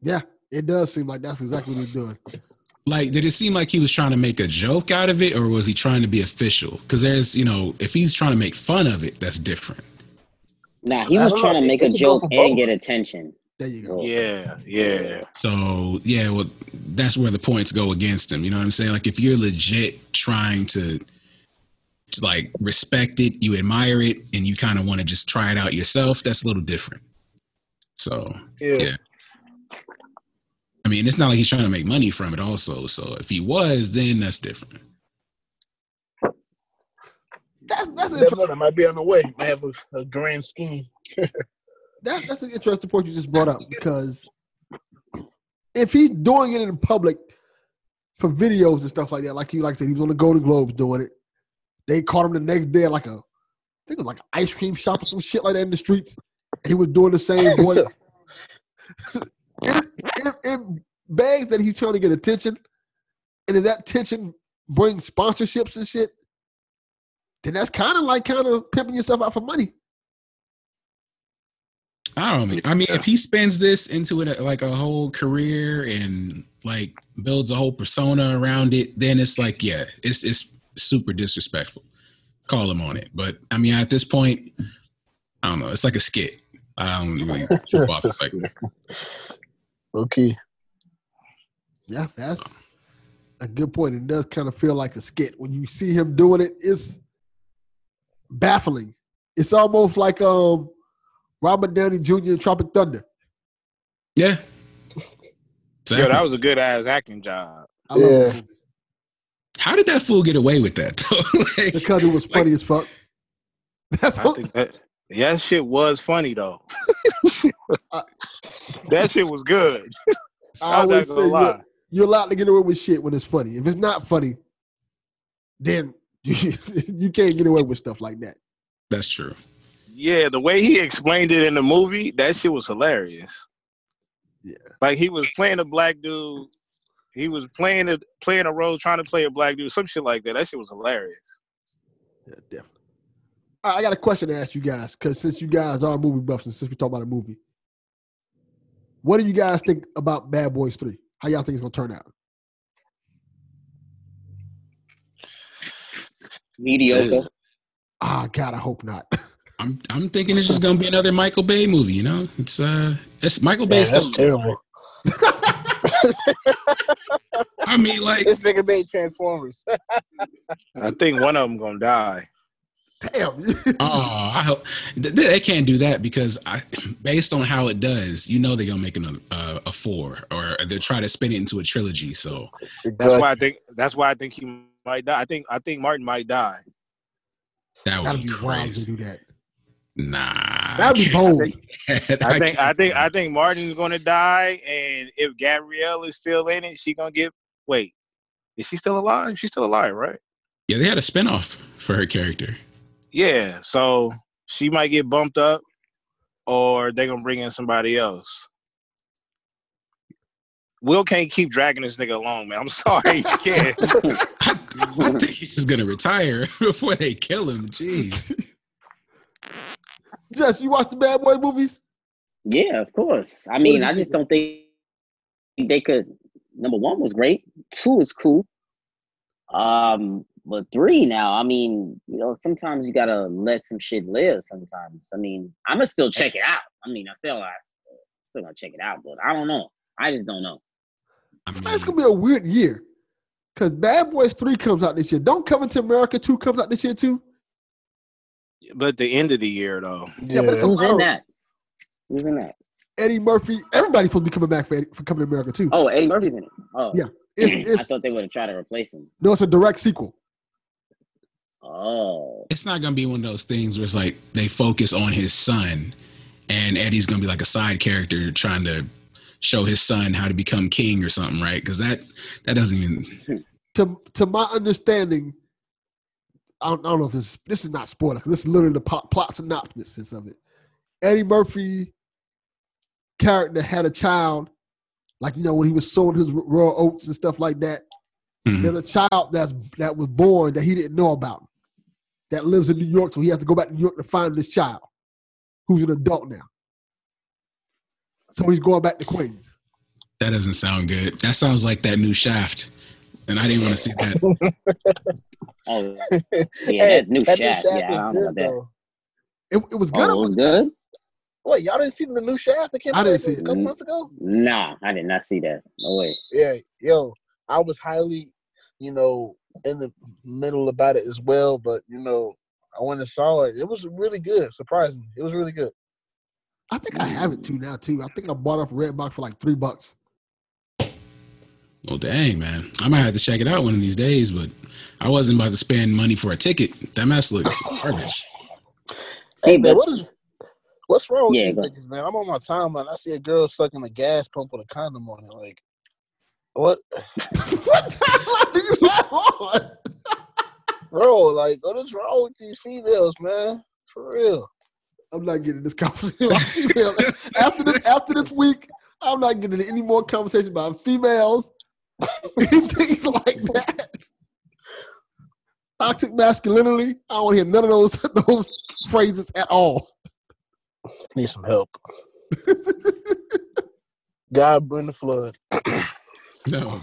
Yeah, it does seem like that's exactly what he's doing. Like, did it seem like he was trying to make a joke out of it, or was he trying to be official? Because there's, you know, if he's trying to make fun of it, that's different. Nah, he I was don't trying know. to It- make it a could go joke for and both. get attention. There you go. Well, Yeah, yeah. So yeah, well, that's where the points go against him. You know what I'm saying? Like if you're legit trying to, to like respect it, you admire it, and you kind of want to just try it out yourself, that's a little different. So Yeah. I mean, it's not like he's trying to make money from it, also. So if he was, then that's different. That's that's an interesting. You never know, that might be on the way. Might have a, a grand scheme. that, that's an interesting point you just brought up because if he's doing it in public for videos and stuff like that, like you like I said, he was on the Golden Globes doing it. They caught him the next day at like a, I think it was like an ice cream shop or some shit like that in the streets. And he was doing the same voice. it, it, it begs that he's trying to get attention, and if that attention brings sponsorships and shit, then that's kind of like kind of pimping yourself out for money. I don't. Mean, I mean, if he spends this into it like a whole career and like builds a whole persona around it, then it's like, yeah, it's it's super disrespectful. Call him on it, but I mean, at this point, I don't know. It's like a skit. I don't really trip off. It's like, okay. Yeah, that's a good point. It does kind of feel like a skit when you see him doing it. It's baffling. It's almost like um Robert Downey Jr. in Tropic Thunder. yeah. Yo, that Exactly. was a good ass acting job. I love Yeah. that movie How did that fool get away with that? Though? Like, because it was funny as fuck. That's I what, think that yeah, that shit was funny though. that shit was good. I I'm always say not gonna you're, lie. you're allowed to get away with shit when it's funny. If it's not funny, then you, you can't get away with stuff like that. that's true. Yeah, the way he explained it in the movie, that shit was hilarious. Yeah. Like he was playing a black dude. He was playing a playing a role, trying to play a black dude, some shit like that. That shit was hilarious. Yeah, definitely. All right, I got a question to ask you guys because since you guys are movie buffs and since we talk about a movie, what do you guys think about Bad Boys Three? How y'all think it's gonna turn out? mediocre. Ah, God, I hope not. I'm I'm thinking it's just gonna be another Michael Bay movie. You know, it's uh, it's Michael Bay Man, still that's terrible. I mean, like, This nigga made Transformers. I think one of them gonna die. Damn. oh, I hope th- th- they can't do that because I, based on how it does, you know they're gonna make another uh, a four or they'll try to spin it into a trilogy. So That's why I think. That's why I think he might die. I think. I think Martin might die. that would That'd be be wild to crazy. do that. Nah, That'd be bold. I think. I think. I think Martin's gonna die, and if Gabrielle is still in it, she gonna get. Wait, is she still alive? She's still alive, right? yeah, they had a spinoff for her character. Yeah. So she might get bumped up, or they gonna bring in somebody else. Will can't keep dragging this nigga along, man. I'm sorry, he can't. I, I think he's gonna retire before they kill him. Jeez, Jess, you watch the Bad Boy movies? Yeah, of course. I mean, I just don't think they could. Number one was great. Two is cool. Um, but three now. I mean, you know, sometimes you gotta let some shit live. Sometimes. I mean, I'm gonna still check it out. I mean, I still, I still gonna check it out, but I don't know. I just don't know. I mean, It's gonna be a weird year. Cause Bad Boys 3 comes out this year. Don't Come Into America 2 comes out this year too. But the end of the year, though. Yeah, but it's a Who's lot in of that? Who's in that? Eddie Murphy. Everybody's supposed to be coming back for, Eddie- for Coming to America too. Oh, Eddie Murphy's in it. Oh, Yeah, It's, I it's, thought they would have tried to replace him. no, it's a direct sequel. Oh, it's not gonna be one of those things where it's like they focus on his son, and Eddie's gonna be like a side character trying to show his son how to become king or something, right? Because that that doesn't even To to my understanding, I don't, I don't know if this is, this is not spoiler. 'cause This is literally the plot, plot synopsis of it. Eddie Murphy character had a child, like you know when he was sowing his raw oats and stuff like that. Mhm. There's a child that's that was born that he didn't know about, that lives in New York, so he has to go back to New York to find this child, who's an adult now. So he's going back to Queens. that doesn't sound good. That sounds like that new Shaft, and I didn't want to see that. oh, yeah, yeah, that new Shaft. Yeah, I don't know is about good, that. though. It, it was good. Oh, it was good. What, y'all didn't see the new Shaft that came I out didn't like, see a it. couple months ago? Nah, I did not see that. No way. Yeah, yo, I was highly, you know, in the middle about it as well, but you know, I went and saw it. It was really good, surprisingly. It was really good. I think I have it too now too. I think I bought off Redbox for like three bucks. Well, dang man, I might have to check it out one of these days, but. I wasn't about to spend money for a ticket. That mess looked garbage. See, Hey, but man, what is what's wrong with Yeah, these go- niggas, man? I'm on my timeline. I see a girl sucking a gas pump with a condom on it. Like, what, what timeline do you have on? bro? Like, what is wrong with these females, man? For real. I'm not getting this conversation about females. after this after this week. I'm not getting any more conversation about females, anything like that. Toxic masculinity. I don't wanna hear none of those those phrases at all. Need some help. God bring the flood. No,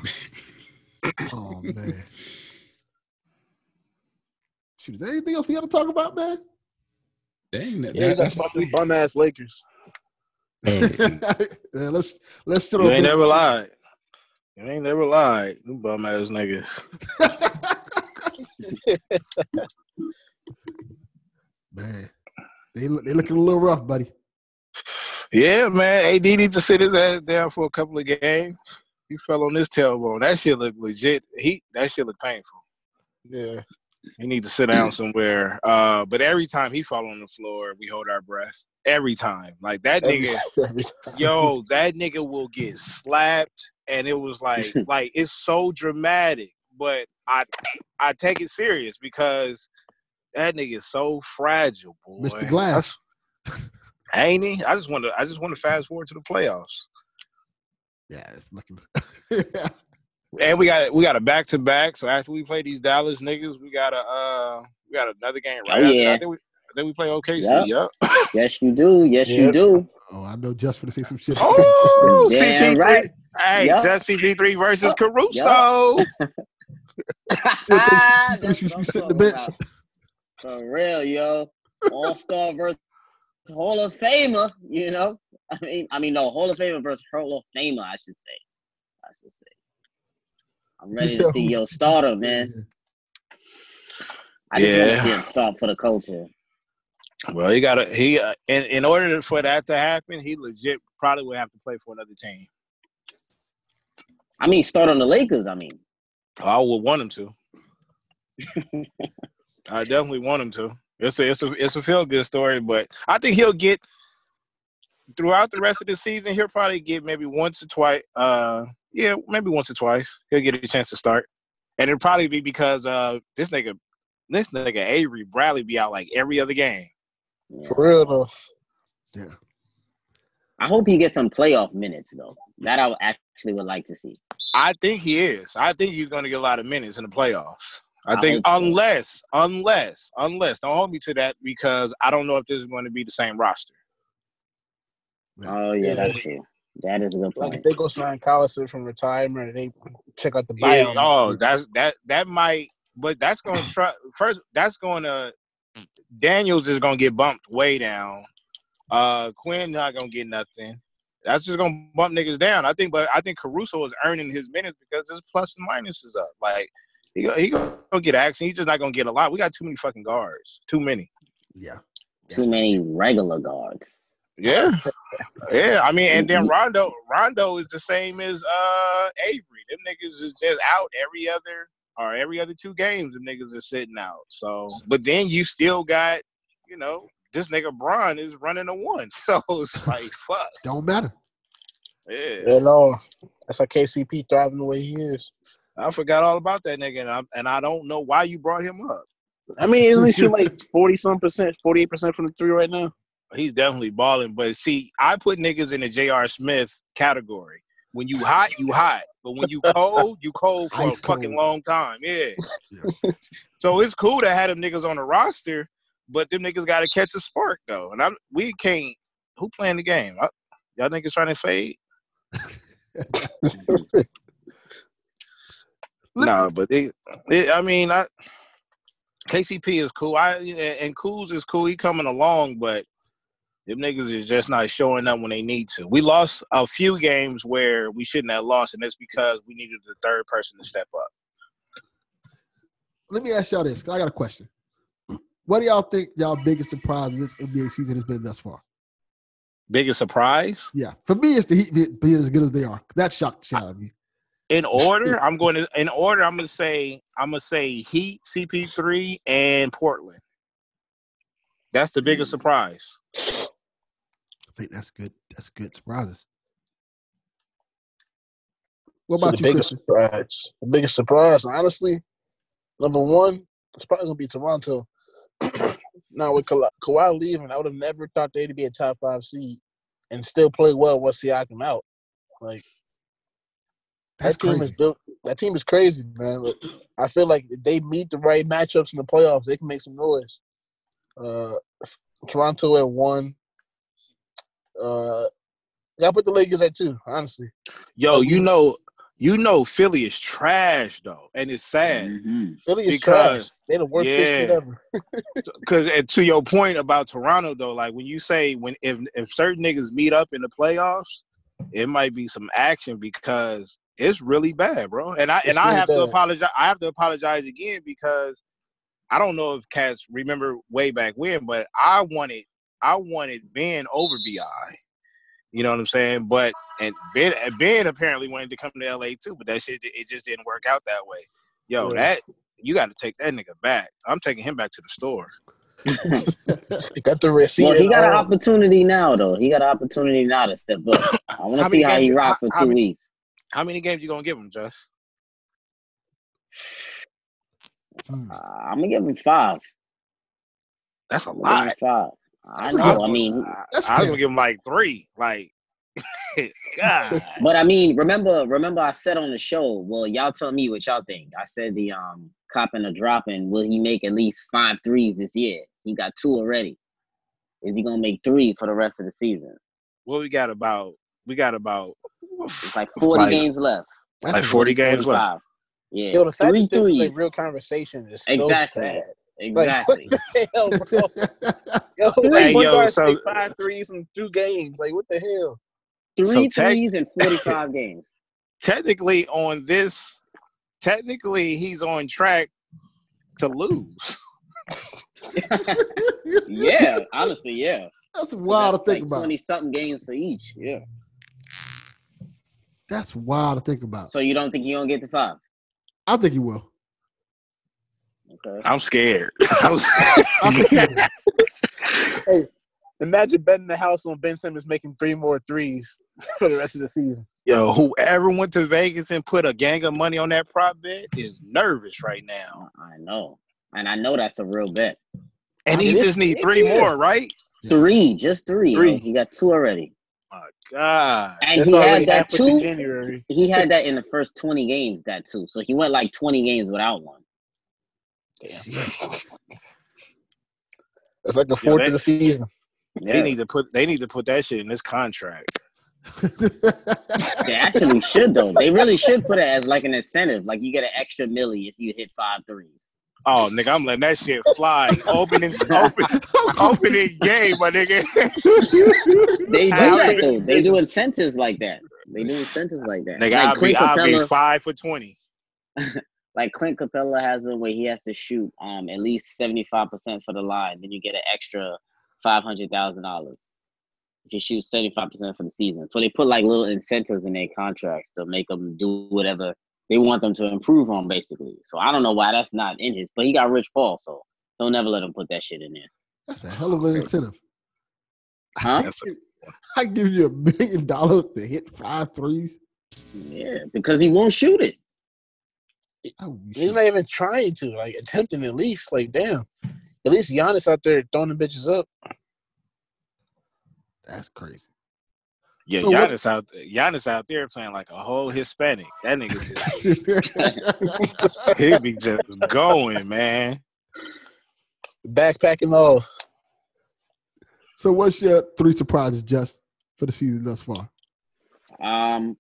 Oh man. Shoot, is there anything else we gotta talk about, man? dang that. Yeah, you that got that's some bum ass Lakers. oh, yeah, Uh, let's let's shut You up. ain't never lied. You ain't never lied. You bum ass niggas. man, they look they looking a little rough, buddy. Yeah, man. AD need to sit his ass down for a couple of games. He fell on this tailbone. That shit look legit. He that shit look painful. Yeah. He need to sit down somewhere. Uh, but every time he fall on the floor, we hold our breath. Every time, like that nigga, yo, that nigga will get slapped, and it was like, like it's so dramatic. But I, I take it serious because that nigga is so fragile, boy. Mr. Glass. That's- ain't he? I just want to, I just want to fast forward to the playoffs. Yeah, it's looking. And we got we got a back to back. So after we play these Dallas niggas, we got a uh we got another game right Oh, after yeah. that. Then we, then we play OKC. Yup. Yep. yes, you do. Yes, you Yep. do. oh, I know just for to say some shit. Oh, Damn CP3. right. Hey, Yup. just CP3 versus Yup. Caruso. Ah, That's you what I'm should be sitting the talking bench. about. For real, yo. All star versus Hall of Famer. You know, I mean, I mean, no, Hall of Famer versus Hall of Famer. I should say. I should say. I'm ready to tell see who's- your starter, man. I just want to Yeah. see him start for the culture. Well, he got to he uh, in in order for that to happen, he legit probably would have to play for another team. I mean, start on the Lakers. I mean, I would want him to. I definitely want him to. It's a it's a it's a feel good story, but I think he'll get throughout the rest of the season. He'll probably get maybe once or twice. Uh, yeah, maybe once or twice. He'll get a chance to start, and it'll probably be because uh this nigga, this nigga Avery Bradley be out like every other game. yeah. For real though. I hope he gets some playoff minutes though. That I actually would like to see. I think he is. I think he's going to get a lot of minutes in the playoffs. I I think hope so. unless, unless, unless, don't hold me to that because I don't know if this is going to be the same roster. Oh yeah, Yeah. that's true. That is a good Like if point. they go sign Collison from retirement and they check out the Yeah. bio. Oh, that's that. That might, but that's going to try first. That's going to Daniels is going to get bumped way down. Uh, Quinn not going to get nothing. That's just going to bump niggas down. I think, but I think Caruso is earning his minutes because his plus and minus is up. Like he go- he going to get action. He's just not going to get a lot. We got too many fucking guards. Too many. Yeah. Too many regular guards. Yeah. Yeah, I mean, and then Rondo, Rondo is the same as uh Avery. Them niggas is just out every other or every other two games. Them niggas is sitting out. So, but then you still got, you know, this nigga Bron is running a one. So it's like, fuck, Don't matter. yeah. At all. That's why KCP thriving the way he is. I forgot all about that nigga, and I and I don't know why you brought him up. I mean, at least you're like forty some percent, forty eight percent from the three right now. He's definitely balling, but see, I put niggas in the J.R. Smith category. When you hot, you hot, but when you cold, you cold for Ice a cold. fucking long time. Yeah. Yeah. so it's cool to have them niggas on the roster, but them niggas got to catch a spark though, and I'm we can't. Who playing the game? I, y'all niggas trying to fade? Look- No, but they, they- I mean, I KCP is cool. I and Coos is cool. He coming along, but them niggas is just not showing up when they need to. We lost a few games where we shouldn't have lost, and that's because we needed the third person to step up. Let me ask y'all this. 'cause I got a question. What do y'all think y'all biggest surprise of this NBA season has been thus far? Biggest surprise Yeah, for me, it's the Heat be- being as good as they are. That shocked the shit out of me. in order. I'm going to in order. I'm gonna say I'm gonna say Heat, CP3, and Portland. That's the biggest surprise. I think that's good. That's good surprises. What So about the you, biggest Christian? surprise. The biggest surprise, honestly, number one, it's probably gonna be Toronto. now with Ka- Kawhi leaving, I would have never thought they'd be a top five seed and still play well once Siakam out. Like That's that team is crazy. built. That team is crazy, man. Like, I feel like if they meet the right matchups in the playoffs, they can make some noise. Uh, Toronto at one. Uh, yeah, I put the Lakers at two. Honestly, Yo, you know, you know, Philly is trash though, and it's sad. Mhm. Philly is Because- trash. They the worst fixed shit yeah. ever. Because and to your point about Toronto, though, like when you say when if if certain niggas meet up in the playoffs, it might be some action because it's really bad, bro. And I It's and I really have to bad. apologize. I have to apologize again because I don't know if cats remember way back when, but I wanted I wanted Ben over Bi. You know what I'm saying? But and Ben Ben apparently wanted to come to LA too, but that shit it just didn't work out that way. Yo, Yeah. that you got to take that nigga back. I'm taking him back to the store. They got the receipt. uh, Well, he got an and all. opportunity now, though. He got an opportunity now to step up. I want How to see many how games he you- rock for how- how two many- weeks. How many games you gonna give him, Just? Hmm. Uh, I'm gonna give him five. That's a I'm gonna give lot. him five. I That's a know. good I mean, I, That's I was fair. gonna give him like three. Like, God, But I mean, remember, remember, I said on the show, well, y'all tell me what y'all think. I said the um copping or dropping. Will he make at least five threes this year? He got two already. Is he gonna make three for the rest of the season? what we got about? We got about It's like forty Like- games left. That's like a- forty games left. 45. Yeah, Yo, the fact three that this is a threes. real conversation is so Exactly. sad. Like, exactly. what the hell, bro? Yo, like, Hey, one yo, guard so- take five threes in two games. Like, what the hell? Three So tech- threes in forty-five games. technically on this, technically he's on track to lose. yeah, honestly, yeah. That's wild That's to think like about. Twenty something games for each. Yeah. That's wild to think about. So you don't think you're gonna get to five? I think he will. Okay. I'm scared. I'm scared. I think he will. Imagine betting the house on Ben Simmons making three more threes for the rest of the season. Yo, whoever went to Vegas and put a gang of money on that prop bet is nervous right now. I know, and I know that's a real bet. And I he mean, it- just need it three is. more, right? Yeah. Three, just three. Three. He got two already, God. and That's he already had that halfway through two. January. He had that in the first twenty games. That two. So he went like twenty games without one. That's like a fourth that- of the season. Yeah. They need to put they need to put that shit in this contract. They actually should though. They really should put it as like an incentive. Like you get an extra milli if you hit five threes. Oh nigga, I'm letting that shit fly. opening open, opening game, my nigga. They do I'll that be- though. They do incentives like that. They do incentives like that. nigga, like I'll be Clint I'll be Capella, five for twenty. like Clint Capella has one where he has to shoot um at least seventy five percent for the line, then you get an extra five hundred thousand dollars if you shoot seventy five percent for the season. So they put like little incentives in their contracts to make them do whatever they want them to improve on, basically. So I don't know why that's not in his, but he got Rich Paul, so don't ever let him put that shit in there. That's a hell of an incentive. Huh? That's a- I give you a million dollars to hit five threes. Yeah, because he won't shoot it. I wish He's you- not even trying to, like attempting at least. Like, damn. At least Giannis out there throwing the bitches up. that's crazy. Yeah, So what- Giannis out Giannis out there playing like a whole Hispanic. That nigga just he be just going, man. Backpack and all. so, what's your three surprises just for the season thus far? Um,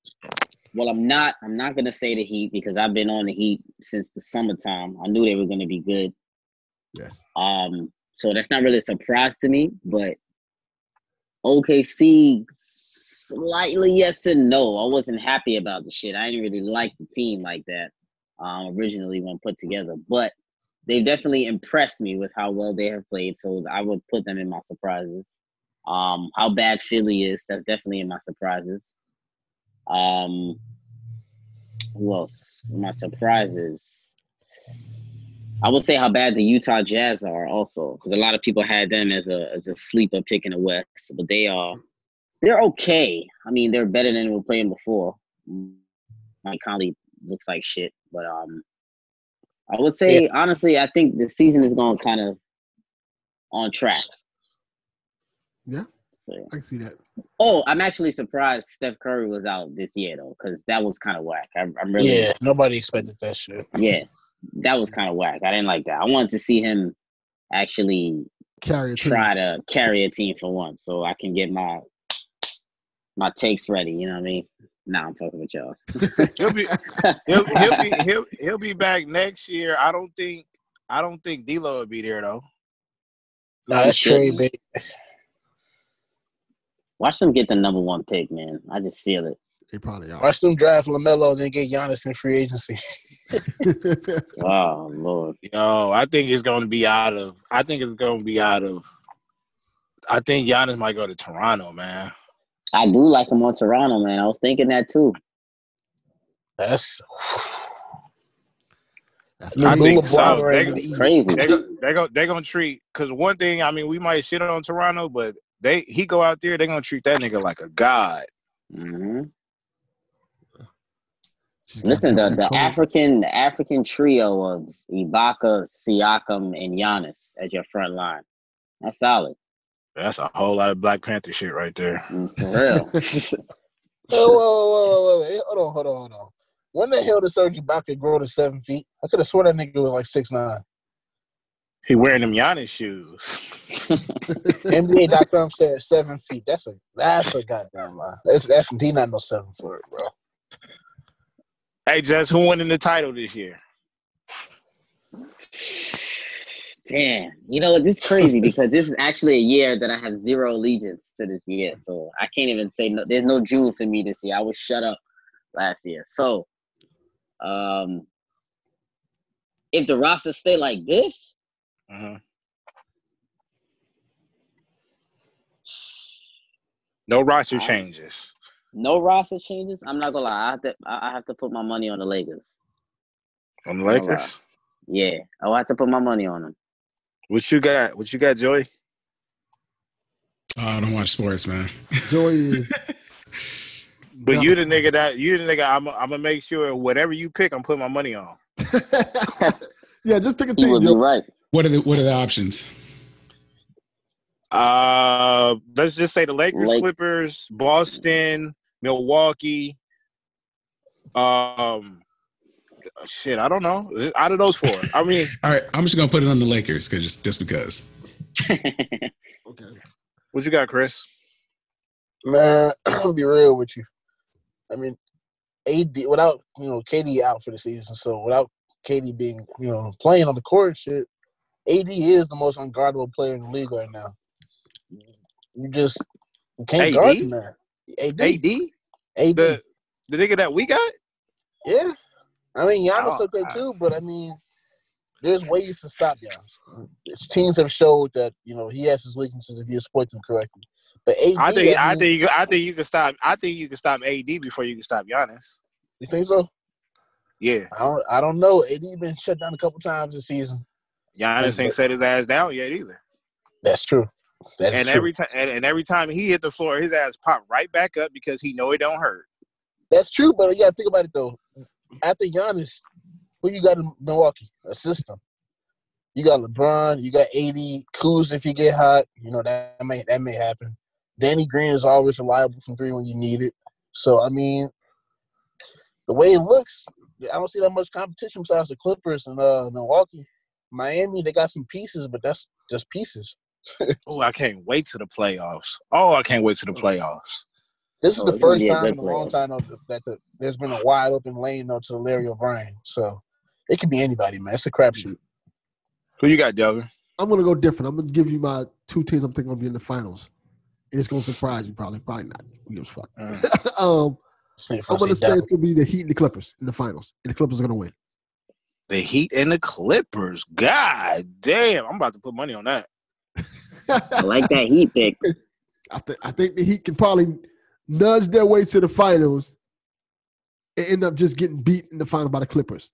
well, I'm not. I'm not gonna say the Heat because I've been on the Heat since the summertime. I knew they were gonna be good. Yes. Um, so that's not really a surprise to me. But OKC, slightly yes and no. I wasn't happy about the shit. I didn't really like the team like that um, originally when put together. But they've definitely impressed me with how well they have played. So I would put them in my surprises. Um, how bad Philly is, that's definitely in my surprises. Um, who else? My surprises. I would say how bad the Utah Jazz are also, because a lot of people had them as a as a sleeper pick in the West, but they are they're okay. I mean, they're better than we were playing before. Mike Conley looks like shit, but um, I would say honestly, I think the season is going kind of on track. Yeah. So- I can see that. oh, I'm actually surprised Steph Curry was out this year though, because that was kind of whack. I'm, I'm really Yeah, nobody expected that shit. yeah, that was kind of whack. I didn't like that. I wanted to see him actually Carry a team. try to carry a team for once, so I can get my my takes ready. You know what I mean? Nah, I'm fucking with y'all. He'll be he'll, he'll be he'll he'll be back next year. I don't think I don't think D'Lo will be there though. Nah, that's Shit. Trey, babe. Watch them get the number one pick, man. I just feel it. They probably are. Watch them draft LaMelo and then get Giannis in free agency. Oh lord. Yo, I think it's going to be out of. I think it's going to be out of. I think Giannis might go to Toronto, man. I do like him on Toronto, man. I was thinking that too. That's That's I I crazy. think LeBron so. already They- in the East. Crazy. They go, they go, they gonna treat because one thing. I mean, we might shit on Toronto, but they he go out there, they gonna treat that nigga like a god. hmm She's gonna Listen, cut the, that the cold. African the African trio of Ibaka, Siakam, and Giannis as your front line. That's solid. That's a whole lot of Black Panther shit right there. Mm, For real. Whoa, whoa, whoa, whoa, whoa, wait. Hold on, hold on, hold on. When the hell did Serge Ibaka grow to seven feet? I could have sworn that nigga was like six nine. He wearing them Giannis shoes. NBA.com said seven feet. That's a that's a goddamn lie. That's that's he not no seven footer, bro. hey, Jess, who winning the title this year? Damn. You know what? This is crazy because this is actually a year that I have zero allegiance to this year. So I can't even say no. There's no June for me this year. I would shut up last year. So, um, if the roster stay like this, Uh-huh. No roster Wow. changes. no roster changes, I'm not gonna lie. I have to, I I have to put my money on the Lakers. On the No Lakers. roster. Yeah, Oh, I will have to put my money on them. What you got? What you got, Joey? Oh, I don't watch sports, man. Joy is But No. you the nigga that you the nigga. I'm I'm gonna make sure whatever you pick, I'm putting my money on. yeah. Just pick a He team. would be Joe. right. What are the What are the options? Uh, let's just say the Lakers, Lake- Clippers, Boston, Milwaukee. Um, shit, I don't know. Out of those four, I mean, All right, I'm just gonna put it on the Lakers because just just because. Okay. what you got, Chris? Man, I'm gonna be real with you. I mean, AD without you know KD out for the season, so without KD being you know playing on the court, and shit, AD is the most unguardable player in the league right now. You just you can't AD? guard him there. AD, AD, AD, the the nigga that we got. yeah. I mean, Giannis Oh, up there I- too, but I mean, there's ways to stop Giannis. It's- Teams have showed that you know he has his weaknesses if you exploit them correctly. But AD, I think I mean, think you, I think you can stop. I think you can stop AD before you can stop Giannis. you think so? Yeah, I don't, I don't know. AD been shut down a couple times this season. Giannis ain't set his ass down yet either. That's true. That's and true. every time and, and every time he hit the floor, his ass popped right back up because he know it don't hurt. That's true, but you gotta think about it though. After Giannis, who you got in Milwaukee? A system. You got LeBron, you got AD, Kuz if you get hot, you know, that may that may happen. Danny Green is always reliable from three when you need it. So I mean, the way it looks, I don't see that much competition besides the Clippers and uh Milwaukee. Miami, they got some pieces, but that's just pieces. Oh, I can't wait to the playoffs. Oh, I can't wait to the playoffs. This is Oh, the it's gonna first be a time good in a long playoff. time though, that the, there's been a wide open lane though to Larry O'Brien. So it could be anybody, man. It's a crapshoot. Who you got, Delvin? I'm gonna go different. I'm gonna give you my two teams. I'm thinking gonna be in the finals. And it's gonna surprise you, probably. Probably not. Who gives a fuck? um, I'm gonna say it's gonna be the Heat and the Clippers in the finals, and the Clippers are gonna win. The Heat and the Clippers. God damn, I'm about to put money on that. I like that Heat pick. I, th- I think the Heat can probably nudge their way to the finals and end up just getting beat in the final by the Clippers.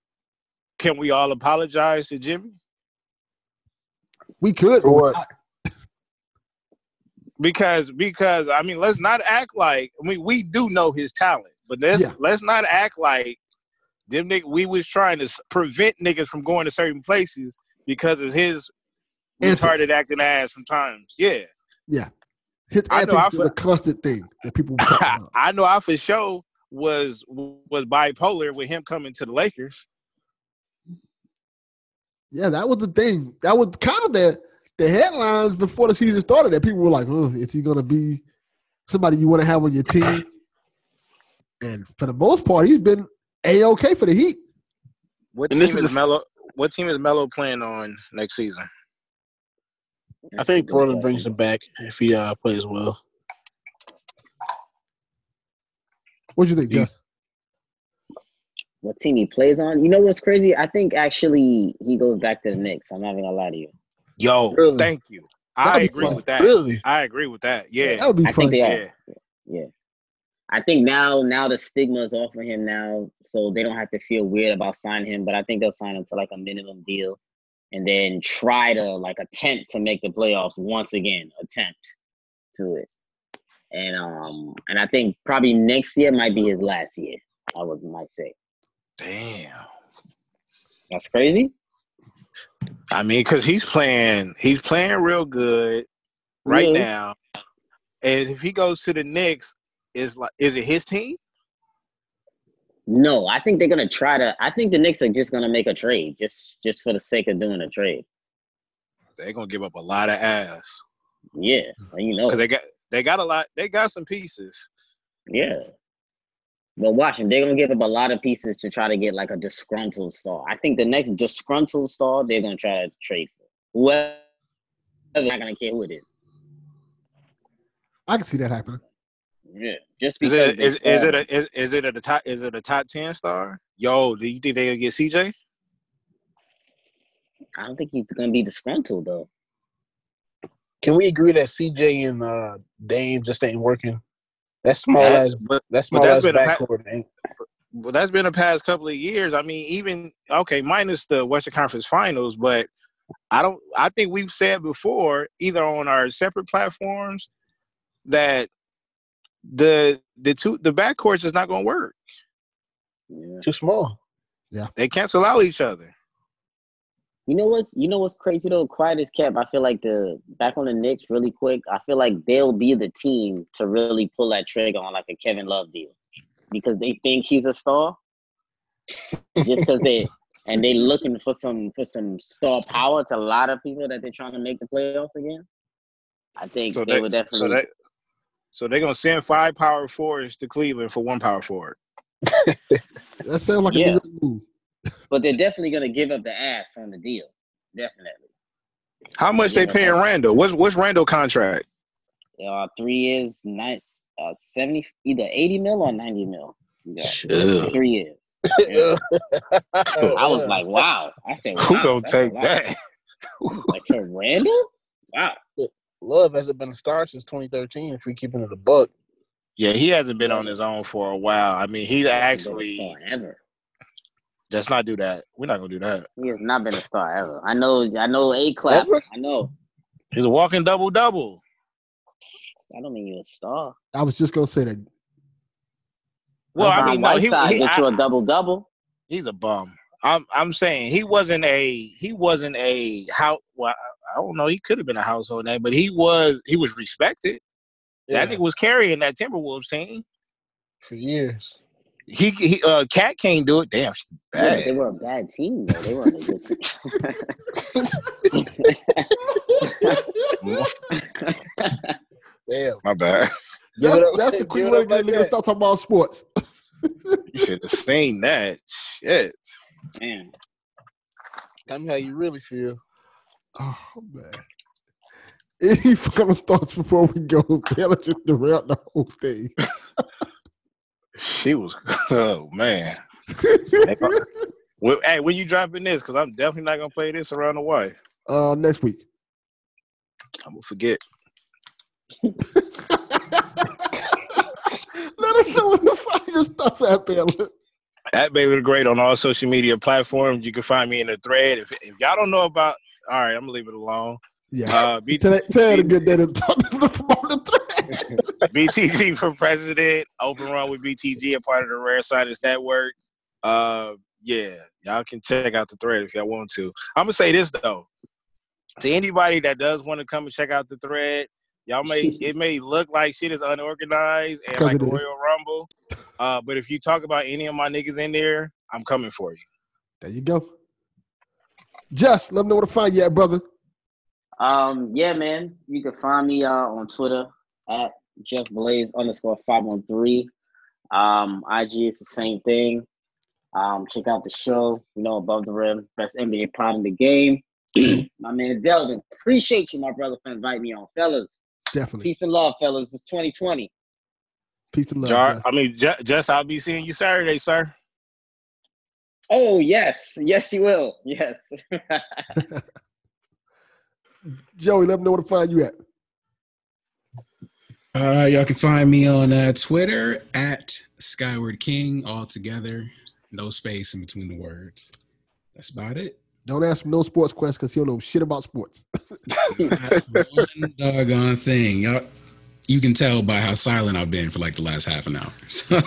Can we all apologize to Jimmy We could. For what? I- because because I mean, let's not act like I mean we do know his talent, but let's Yeah. let's not act like them nigga we was trying to s- prevent niggas from going to certain places because of his Antics. retarded acting ass sometimes. Yeah. his I know, I antics is feel- a constant thing that people talk about. I know I for sure was was bipolar with him coming to the Lakers. Yeah, that was the thing. That was kind of the the headlines before the season started. That people were like, oh, "Is he gonna be somebody you want to have on your team?" And for the most part, he's been a okay for the Heat. What And this team is is the- Melo? What team is Melo playing on next season? I think That's a good Portland brings question. him back if he uh, plays well. What do you think, Yeah. Jess? What team he plays on? You know what's crazy? I think actually he goes back to the Knicks. I'm not even gonna lie to you. Yo, Really? thank you. That'd I be agree fun. with that. Really? I agree with that. Yeah, That would be I fun. think they yeah. are. I think now now the stigma is off for him now, so they don't have to feel weird about signing him. But I think they'll sign him to like a minimum deal, and then try to like attempt to make the playoffs once again. Attempt to it, and um, and I think probably next year might be his last year. I was might say Damn. that's crazy. I mean, because he's playing, he's playing real good right Yeah. now. And if he goes to the Knicks, is like, is it his team? No, I think they're gonna try to. I think the Knicks are just gonna make a trade, just just for the sake of doing a trade. They're gonna give up a lot of ass Yeah, Mm. and you know, because they got they got a lot. They got some pieces. Yeah. But watch them. They're gonna give up a lot of pieces to try to get like a disgruntled star. I think the next disgruntled star they're gonna try to trade for. Whoever I'm not gonna care who it is. I can see that happening. Yeah, just Is because it they is, is it said a, is, is it a the top is it a top ten star? Yo, do you think they gonna get CJ? I don't think he's gonna be disgruntled though. Can we agree that CJ and uh, Dame just ain't working? That small That- ass, but, that but small ass that's been a pa- backcourt ain't. but that's been the past couple of years. I mean, even okay, minus the Western Conference Finals, but I don't. I think we've said before, either on our separate platforms, that the the two the backcourts is not going to work. Yeah. too small. They cancel out each other. You know what's you know what's crazy though? Quiet as kept. I feel like the back on the Knicks really quick. I feel like they'll be the team to really pull that trigger on like a Kevin Love deal because they think he's a star. Just because they and they looking for some for some star power to a lot of people that they're trying to make the playoffs again. I think So they, they would definitely. so they so they're gonna send five power forwards to Cleveland for one power forward. That sounds like a Yeah. New York move. but they're definitely gonna give up the ass on the deal. Definitely. How much Yeah, they paying that's- Randall? What's what's Randall contract? Uh, three years, nice. Uh, seventy, either eighty mil or ninety mil. Yeah, Sure. three years. Yeah. I was like, wow. I said, wow, Who gonna that's a take lot. that? Like for Randall? Wow. Love hasn't been a star since 2013. If we keeping it a buck, Yeah, he hasn't been on his own for a while. I mean, he He hasn't been a actually star ever. let's not do that. We're not gonna do that. He has not been a star ever. I know. I know. A clap. Ever? I know. He's a walking double double. I don't mean you're a star. I was just gonna say that. Well, I Hassan mean, no, he, Whiteside he get you I- a double double. he's a bum. I'm I'm saying he wasn't a he wasn't a how well I- I don't know he could have been a household name, but he was he was respected. That Yeah, nigga was carrying that Timberwolves team. for years. He, he uh cat can't do it. Damn, she's Yeah, but bad. they were a bad team though. They weren't a good Damn. My bad. Give That's, it up- that's the give quick it way to up get like a nigga to that. stop talking about sports. You should have seen that. Shit. Man, Tell me how you really feel. Oh man. Any final thoughts before we go? Man, I just derailed the whole thing. She was oh man. Well, hey, when you dropping this? Because I'm definitely not gonna play this around the wife. uh, next week. I'm gonna forget. Let us know what the fuck your stuff at, Baylor. at Baylor the Great on all social media platforms. You can find me in the thread. If, if y'all don't know about, all right, I'm gonna leave it alone. Yeah. Uh, B- Today, today had a good day to talk to the promoter thread. BTG for president. Open run with BTG, a part of the Rare Science Network. Uh, yeah, y'all can check out the thread if y'all want to. I'm gonna say this though, to anybody that does want to come and check out the thread, y'all may it may look like shit is unorganized and 'Cause like it a is. Royal Rumble, uh, but if you talk about any of my niggas in there, I'm coming for you. There you go. Just let me know where to find you at, brother. Um, yeah, man. You can find me uh, on Twitter at just blaze underscore five one three. Um, IG is the same thing. Um, check out the show. You know, above the rim, best NBA pod in the game. my man Delvin, appreciate you, my brother, for inviting me on, fellas. Definitely. Peace and love, fellas. It's 2020. Peace and love. Jar, Just. I mean, Ju- Just I'll be seeing you Saturday, sir. Oh yes, yes you will. Yes. Joey, let me know where to find you at. Uh, y'all can find me on uh, Twitter at Skyward King, all together, no space in between the words. That's about it. Don't ask him no sports questions because he don't know shit about sports. Not one doggone thing. Y'all, you can tell by how silent I've been for like the last half an hour. So,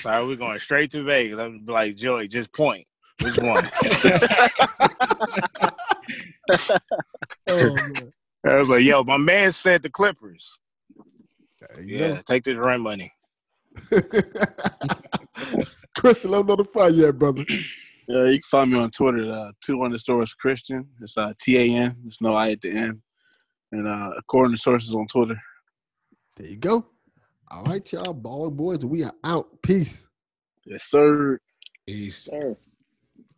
That's all right. We're going straight to Vegas. I'm like, Joey, just point. Which one? Oh, man. I was like, yo, my man said the Clippers. There you Yeah, take this rent money. go. Christian, let me know where to find you at, brother. Yeah, you can find me on Twitter, uh, two underscores Christian. It's uh, T A N. There's no I at the end. And uh, according to sources on Twitter. There you go. All right, y'all. Ball boys, we are out. Peace. Yes, sir. peace. Sure.